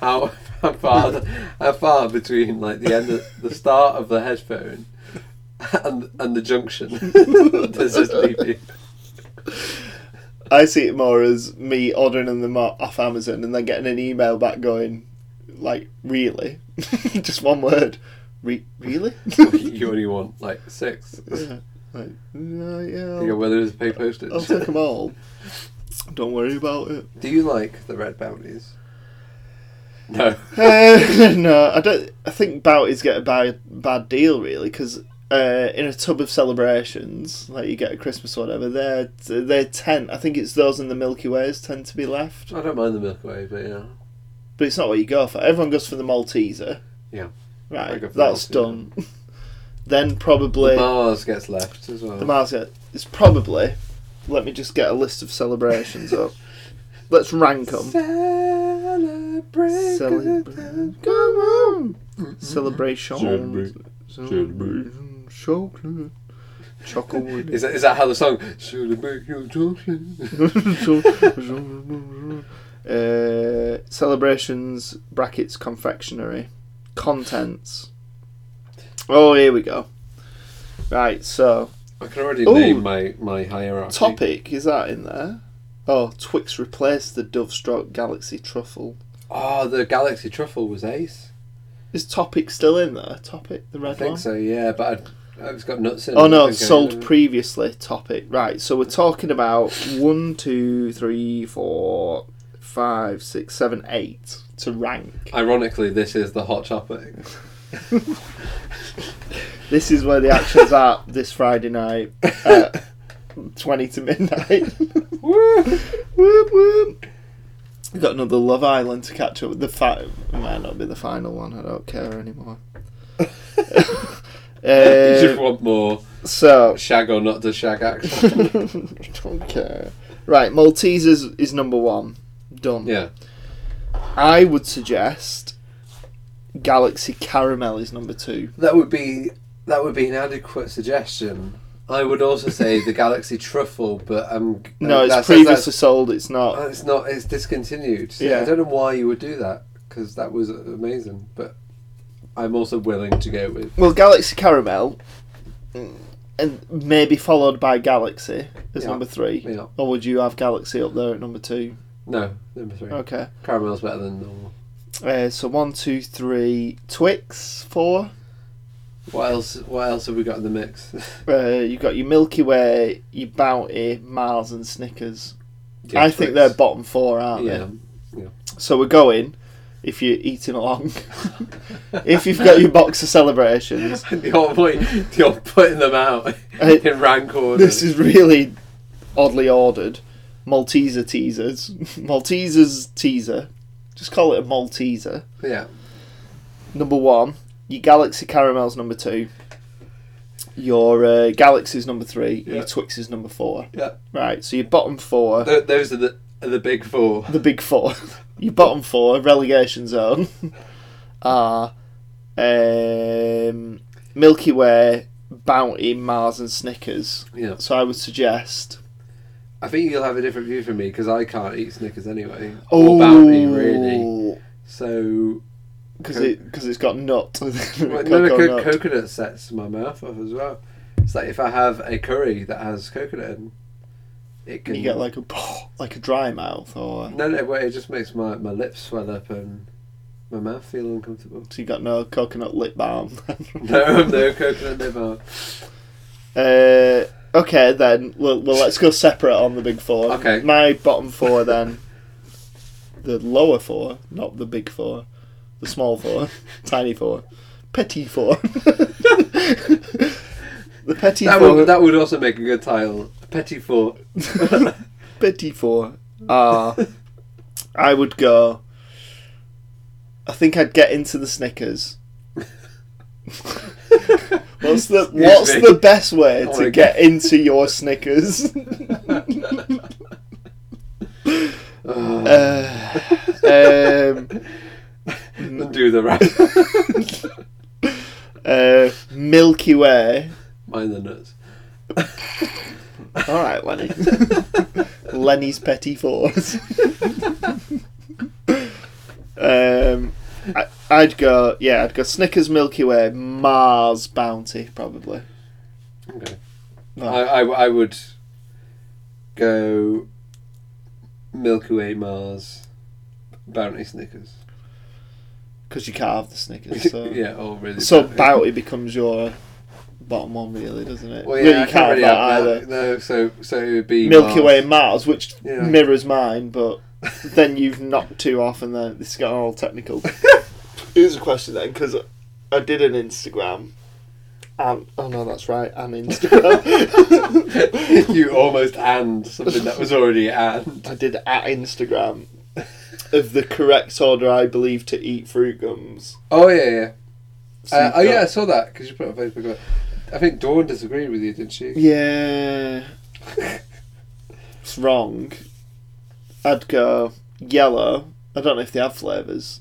A: how, how far how far between like the end of the start of the headphone and and the junction? There's just leaving.
B: I see it more as me ordering them o- off Amazon and then getting an email back going, like, really? Just one word. Re- really?
A: You only want like six.
B: Yeah, like, "Yeah, yeah,
A: You go,
B: I'll,
A: well, there's pay postage.
B: I'll take them all. Don't worry about it.
A: Do you like the red bounties? No.
B: Uh, no, I don't. I think bounties get a bad, bad deal, really, because uh, in a tub of celebrations, like you get at Christmas or whatever, they're, they're 10. I think it's those in the Milky Ways tend to be left.
A: I don't mind the Milky Way, but yeah.
B: But it's not what you go for. Everyone goes for the Malteser.
A: Yeah. I
B: Right,
A: go for
B: that's
A: Malteser.
B: done. then probably the,
A: Mars gets left as well.
B: Mars. It's probably. Let me just get a list of celebrations up. Let's rank them.
A: Celebrate.
B: Celebration. Come on.
A: Celebrate.
B: Celebration. Celebration. Chocolate. Chocolate.
A: Is that, is that how the song? Celebrate your chocolate.
B: uh, celebrations, brackets, confectionery. Contents. Oh, here we go. Right, so.
A: I can already
B: Ooh.
A: name my, my hierarchy.
B: Topic, is that in there? Oh, Twix replaced the Dove Stroke Galaxy Truffle.
A: Oh, the Galaxy Truffle was ace.
B: Is Topic still in there? Topic, the
A: I
B: red one?
A: think so, yeah, but I'd, it's got nuts in it.
B: Oh
A: I
B: no,
A: think I-
B: sold previously topic. Right, so we're talking about one, two, three, four, five, six, seven, eight to rank.
A: Ironically, this is the hot topic.
B: This is where the action's at this Friday night at twenty to midnight.
A: Woo!
B: whoop whoop. We've got another Love Island to catch up with. The fi- it might not be the final one. I don't care anymore.
A: you just
B: uh,
A: want more
B: so
A: shag or not to shag action.
B: don't care. Right, Maltesers is number one. Done.
A: yeah.
B: I would suggest Galaxy Caramel is number two.
A: That would be that would be an adequate suggestion. I would also say the Galaxy Truffle, but um,
B: No,
A: that's-
B: it's
A: that's- Uh,
B: previously sold. It's not.
A: that's- it's not. It's discontinued. So
B: Yeah.
A: I don't know why you would do that because that was amazing. But I'm also willing to go with
B: Well, Galaxy Caramel, and maybe followed by Galaxy as
A: Yeah.
B: number three.
A: Yeah.
B: Or would you have Galaxy up there at number two?
A: no number three.
B: Okay.
A: Caramel's better than normal.
B: Uh, so one, two, three. Twix four.
A: What else? What else have we got in the mix?
B: Uh, you got your Milky Way, your Bounty, Mars, and Snickers.
A: Yeah,
B: I think
A: Twix.
B: they're bottom four, aren't
A: Yeah,
B: they? So we're going. If you're eating along, if you've got your box of celebrations,
A: you're, put- you're putting them out
B: I-
A: in rank order.
B: this is really oddly ordered. Malteser teasers, Maltesers teaser. Just call it a Malteser.
A: yeah.
B: Number one, your Galaxy caramels. Number two, your uh, Galaxy's number three.
A: Yeah.
B: Your Twix is number four.
A: Yeah.
B: Right, so your bottom four,
A: Th- those are the are the big four.
B: the big four, your bottom four relegation zone are um, Milky Way, Bounty, Mars, and Snickers.
A: Yeah.
B: So I would suggest
A: I think you'll have a different view from me because I can't eat Snickers anyway. Or Bounty, really. So,
B: Because
A: Co-
B: it, because it's got nut.
A: well,
B: Cocoa
A: no, no, co-
B: nut.
A: coconut sets my mouth off as well. It's like if I have a curry that has coconut in, it can.
B: you get like a like a dry mouth, or
A: No, no, wait, it just makes my, my lips swell up and my mouth feel uncomfortable.
B: so you got no coconut lip balm.
A: No, no coconut lip balm.
B: Uh, okay, then. Well, well, let's go separate on the big four.
A: Okay.
B: My bottom four, then. the lower four, not the big four. The small four, tiny four, petit four. the petit
A: That
B: four.
A: would, that would also make a good title. Petit four.
B: Betty four. Ah, I would go. I think I'd get into the Snickers. What's the
A: Excuse
B: What's
A: me. Oh
B: the best way
A: wanna
B: to
A: get-
B: get into your Snickers? Uh, um, Mm.
A: and do the rap.
B: uh, Milky Way.
A: Mind the nuts.
B: All right, Lenny. Lenny's petty fours. um, I, I'd go. Yeah, I'd go Snickers, Milky Way, Mars, Bounty, probably.
A: Okay.
B: No.
A: I, I, I would go Milky Way Mars, Bounty Snickers.
B: Because you can't have the Snickers. So,
A: yeah, or really.
B: so Bounty becomes your bottom one, really, doesn't it?
A: Well, yeah,
B: you
A: I can't really
B: have
A: have
B: that
A: that.
B: either.
A: No, so so it would be
B: Milky
A: Mars.
B: Way, Mars, which
A: Yeah.
B: mirrors mine, but then you've knocked two off, and then this has got all technical. Here's a question then, because I did an Instagram. And, oh no, that's right, an Instagram.
A: you almost and something that was already and.
B: I did at Instagram of the correct order I believe to eat fruit gums.
A: Oh yeah, yeah.
B: So
A: Uh,
B: you've
A: oh yeah, I
B: got-
A: saw that because you put it on Facebook. I think Dawn disagreed with you, didn't she?
B: Yeah. it's wrong. I'd go yellow. I don't know if they have flavours.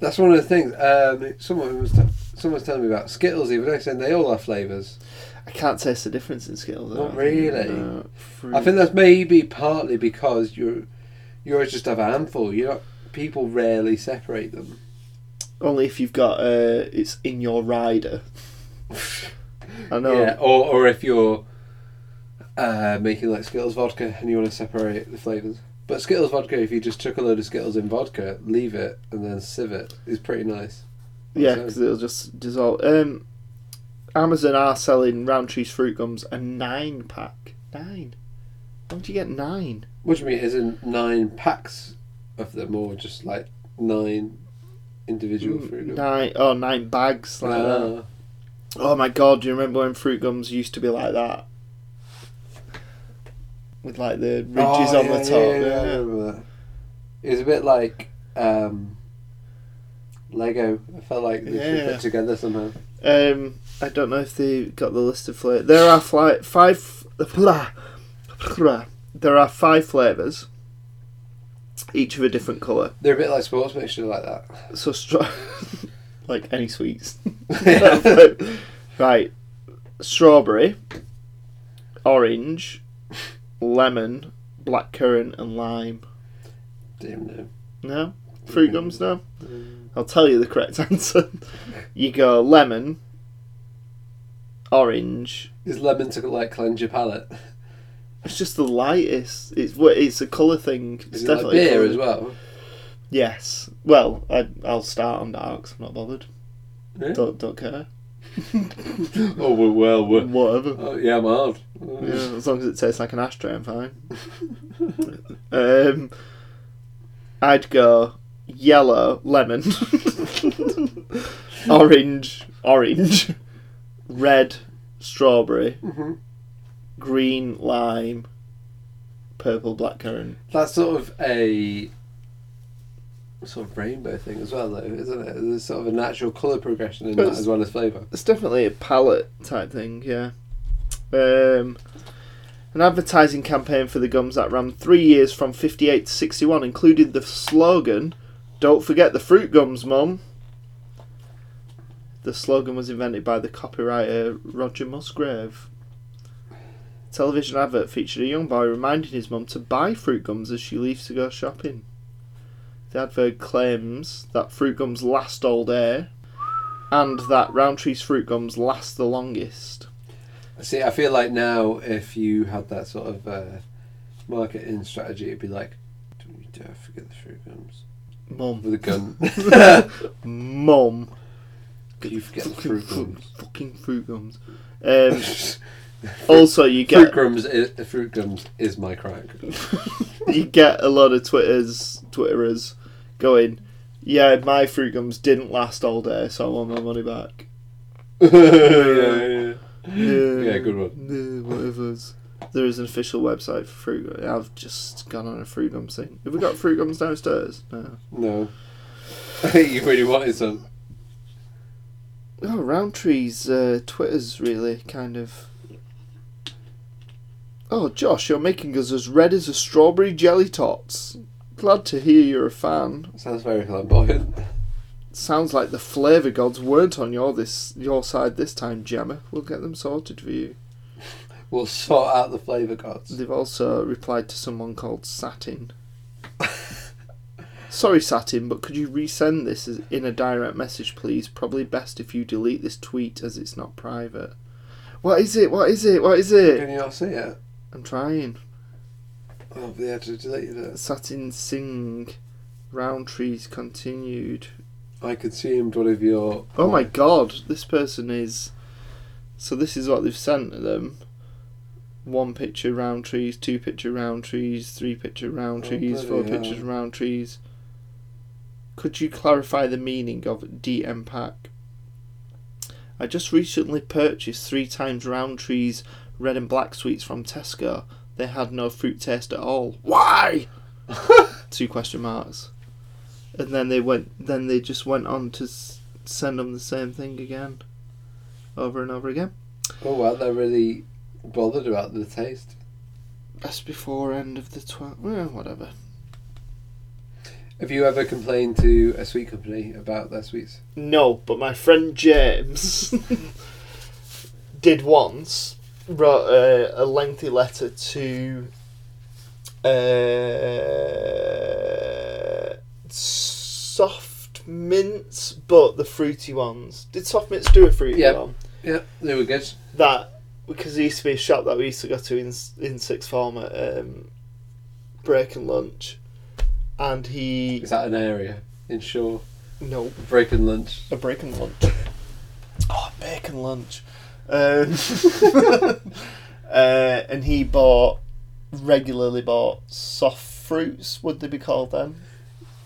A: That's one of the things. Um, someone was t- someone was telling me about Skittles. Even though saying they all have flavors.
B: I can't taste the difference in Skittles. I
A: Not
B: don't think.
A: really.
B: No.
A: I think that's maybe partly because you're you're just have a handful. You not people rarely separate them.
B: Only if you've got uh, it's in your rider. I know.
A: Yeah, or or if you're uh, making like Skittles vodka and you want to separate the flavors. But Skittles vodka, if you just chuck a load of Skittles in vodka, leave it and then sieve it, is pretty nice.
B: Yeah,
A: So-
B: because it'll just dissolve. Um, Amazon are selling Roundtree's fruit gums a nine pack. Nine. How would you get nine?
A: What do you mean? Is in nine packs of them, or just like nine individual fruit?
B: Nine oh nine bags like
A: Ah.
B: that. Oh my god, do you remember when fruit gums used to be like that? with like the ridges
A: Oh,
B: on
A: yeah,
B: the top.
A: yeah, yeah, I
B: yeah.
A: remember that. It was a bit like um, Lego. I felt like they should
B: Yeah.
A: put together somehow.
B: Um, I don't know if they got the list of flavors. There are fly- five. Blah, blah. There are five flavors, each of a different color.
A: They're a bit like sports mixture like that.
B: So straw, like any sweets.
A: Yeah.
B: right, strawberry, orange, lemon, blackcurrant, and lime.
A: Damn no.
B: No, fruit gums. No, I'll tell you the correct answer. you go lemon, orange,
A: Is lemon to like cleanse your palate?
B: It's just the lightest. It's what it's a colour thing. It's
A: Is it like beer
B: colour.
A: as well?
B: Yes. Well, I, I'll start on darks. I'm not bothered.
A: Yeah.
B: Don't don't care.
A: Oh well, well, well.
B: Whatever.
A: Oh, yeah, I'm hard.
B: Yeah, as long as it tastes like an ashtray, I'm fine. um, I'd go yellow lemon, orange orange, red strawberry,
A: Mhm.
B: green lime, purple blackcurrant.
A: That's sort of a sort of rainbow thing as well, though, isn't it? There's sort of a natural colour progression in that
B: It's-
A: as well as flavour.
B: it's definitely a palette type thing, yeah. Um, an advertising campaign for the gums that ran three years from 58 to 61 included the slogan, Don't forget the fruit gums, Mum. The slogan was invented by the copywriter Roger Musgrave. Television advert featured a young boy reminding his mum to buy fruit gums as she leaves to go shopping. The advert claims that fruit gums last all day and that Roundtree's fruit gums last the longest.
A: See, I feel like now if you had that sort of uh, marketing strategy, it'd be like, don't you dare forget the fruit gums.
B: Mum.
A: With a gun. Do
B: Mum.
A: you forget the fruit gums?
B: Fucking fruit gums. Um, also, you get
A: Fruit gums, is, fruit gums is my crack.
B: you get a lot of Twitters, Twitterers going, yeah, my fruit gums didn't last all day, so I want my money back.
A: yeah, yeah, Yeah, good
B: one. Um, whatever's. There is an official website for fruit gums. I've just gone on a fruit gums thing. Have we got fruit gums downstairs? No.
A: No. you really wanted some.
B: Oh, Roundtree's uh, Twitter's really kind of. Oh, Josh, you're making us as red as a strawberry jelly tots. Glad to hear you're a fan.
A: Sounds very flamboyant.
B: Sounds like the flavour gods weren't on your this your side this time, Gemma. We'll get them sorted for you.
A: We'll sort out the flavour gods.
B: They've also replied to someone called Satin. Sorry, Satin, but could you resend this as- in a direct message, please? Probably best if you delete this tweet as it's not private. What is it? What is it? What is it?
A: Can you not see it?
B: I'm trying.
A: Oh, they had to delete it.
B: Satin Singh. Roundtree's continued.
A: I consumed one of your.
B: Oh my god, this person is. So this is what they've sent to them. One picture round trees, two picture round trees, three picture round
A: Oh,
B: trees, four
A: bloody hell.
B: pictures round trees. Could you clarify the meaning of DM pack? I just recently purchased three times round trees red and black sweets from Tesco. They had no fruit taste at all. Why? two question marks. And then they went. Then they just went on to s- send them the same thing again, over and over again.
A: Oh wow, they're really bothered about the taste.
B: Best before end of the twelve. Well, whatever.
A: Have you ever complained to a sweet company about their sweets?
B: No, but my friend James did once wrote a, a lengthy letter to uh, soft mints, but the fruity ones. Did soft mints do a fruity
A: Yeah.
B: one?
A: Yeah, they were good.
B: that because there used to be a shop that we used to go to in in sixth form at um, break and lunch, and he
A: Is that an area in Shaw?
B: no
A: Break and lunch.
B: a break and lunch. Oh, break and lunch. Um, uh, and he bought regularly bought soft fruits. Would they be called then?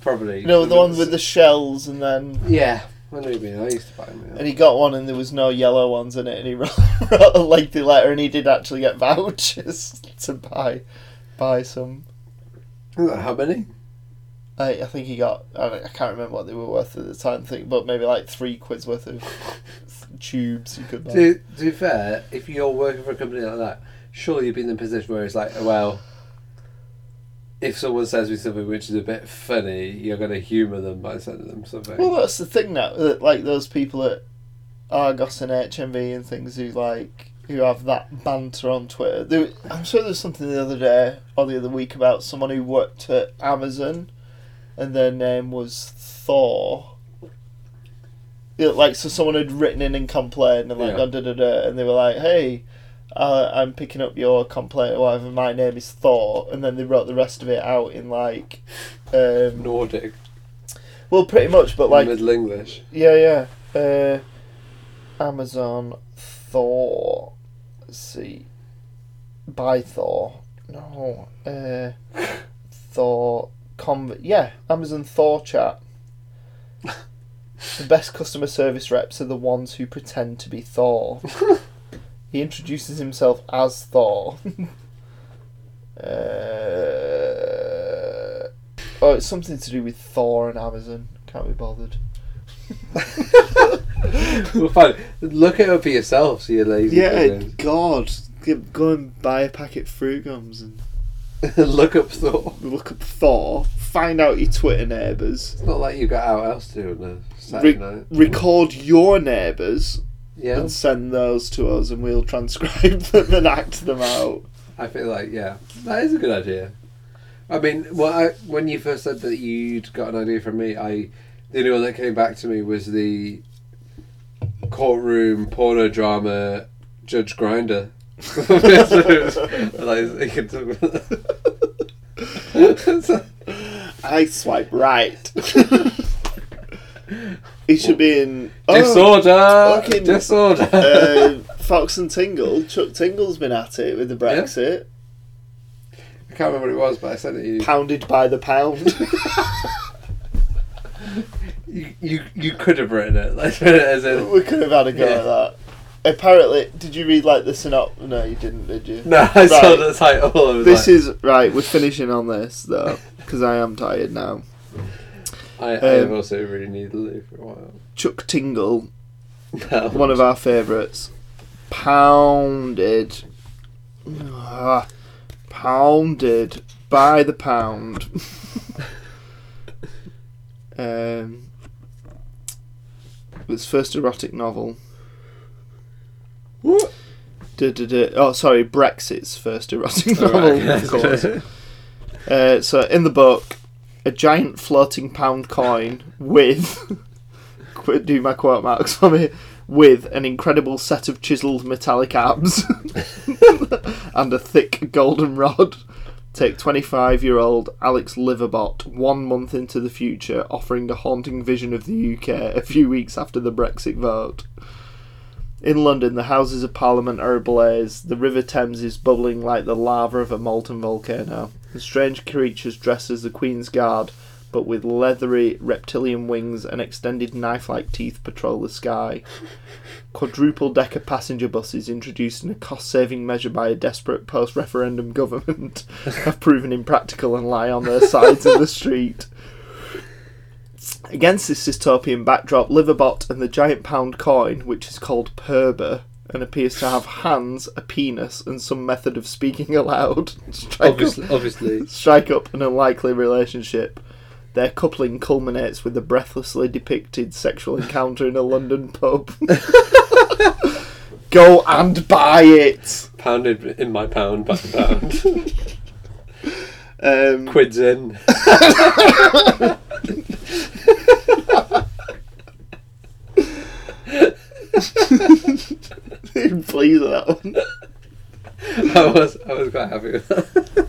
A: Probably.
B: You know the ones with the shells and then
A: Yeah. When did he be? I used to buy them. Yeah.
B: And he got one, and there was no yellow ones in it, and he wrote, wrote a lengthy letter, and he did actually get vouchers to buy buy some.
A: Ooh, How many?
B: I, I think he got I, don't- I can't remember what they were worth at the time, think, but maybe like three quid's worth of tubes you could buy.
A: To, to be fair, if you're working for a company like that, surely you'd be in the position where it's like, well, if someone says me something which is a bit funny, you're going to humour them by sending them something.
B: Well, that's the thing now. That, like those people at Argos and HMV and things who like who have that banter on Twitter. There, I'm sure there was something the other day or the other week about someone who worked at Amazon, and their name was Thor. Yeah, like so, someone had written in and complained and like
A: Yeah.
B: gone da da da, and they were like, "Hey, uh, I'm picking up your complaint or whatever. My name is Thor," and then they wrote the rest of it out in like, um,
A: Nordic,
B: well, pretty much, but like
A: Middle English.
B: yeah, yeah. Uh, Amazon Thor. Let's see. By Thor. No. Uh, Thor. Conv- yeah, Amazon Thor chat. the best customer service reps are the ones who pretend to be Thor. he introduces himself as Thor. uh, oh, it's something to do with Thor and Amazon. Can't be bothered.
A: well, fine. Look it up for yourself, so you're lazy.
E: Yeah,
A: bugger.
E: God. Give- Go and buy a packet of fruit gums and
A: Look up Thor.
E: look up Thor. Find out your Twitter neighbours.
A: It's not like you got out else to do on a Saturday
E: Re-
A: night.
E: record your neighbours
A: Yeah,
E: and send those to us, and we'll transcribe them and act them out.
A: I feel like yeah, that is a good idea. I mean, well, I, when you first said that you'd got an idea from me, I the only one that came back to me was the courtroom porno drama Judge Grinder.
E: I swipe right. it should be in oh,
A: disorder,
E: fucking-
A: disorder.
E: uh, Fox and Tingle. Chuck Tingle's been at it with the Brexit,
A: I can't remember what it was, but I sent it to you.
E: pounded by the pound.
A: You, you. you could have written it. Like, as a,
B: We could have had a go
A: Yeah.
B: at that. Apparently, did you read like the synop? No, you didn't, did you?
A: no, I saw
B: Right.
A: the title. I was
B: This
A: like,
B: is right. We're finishing on this though, because I am tired now.
A: I, I have
B: um,
A: also really needed to leave for a while.
B: Chuck Tingle,
A: No.
B: one of our favourites, pounded, Ah, pounded by the pound. um, his first erotic novel.
A: What?
B: Duh, duh, duh. Oh, sorry, Brexit's first erotic
A: All
B: novel.
A: Oh, right, okay,
B: of
A: that's
B: course.
A: good.
B: Uh, so in the book, a giant floating pound coin with qu- do my quote marks for me with an incredible set of chiseled metallic abs and a thick golden rod. Take 25 year old Alex Liverbot one month into the future, offering a haunting vision of the UK a few weeks after the Brexit vote. In London, the Houses of Parliament are ablaze. The River Thames is bubbling like the lava of a molten volcano. And strange creatures dressed as the Queen's Guard, but with leathery reptilian wings and extended knife like teeth, patrol the sky. Quadruple decker passenger buses, introduced in a cost saving measure by a desperate post referendum government, have proven impractical and lie on their sides in the street. Against this dystopian backdrop, Liverbot and the giant pound coin, which is called Perber and appears to have hands, a penis, and some method of speaking aloud, strike,
A: Obviously, obviously.
B: Up, strike up an unlikely relationship. Their coupling culminates with a breathlessly depicted sexual encounter in a London pub. Go and buy it!
A: Pounded in my pound by the pound.
B: Um,
A: Quids in.
B: please, that one.
A: I was I was quite happy with that.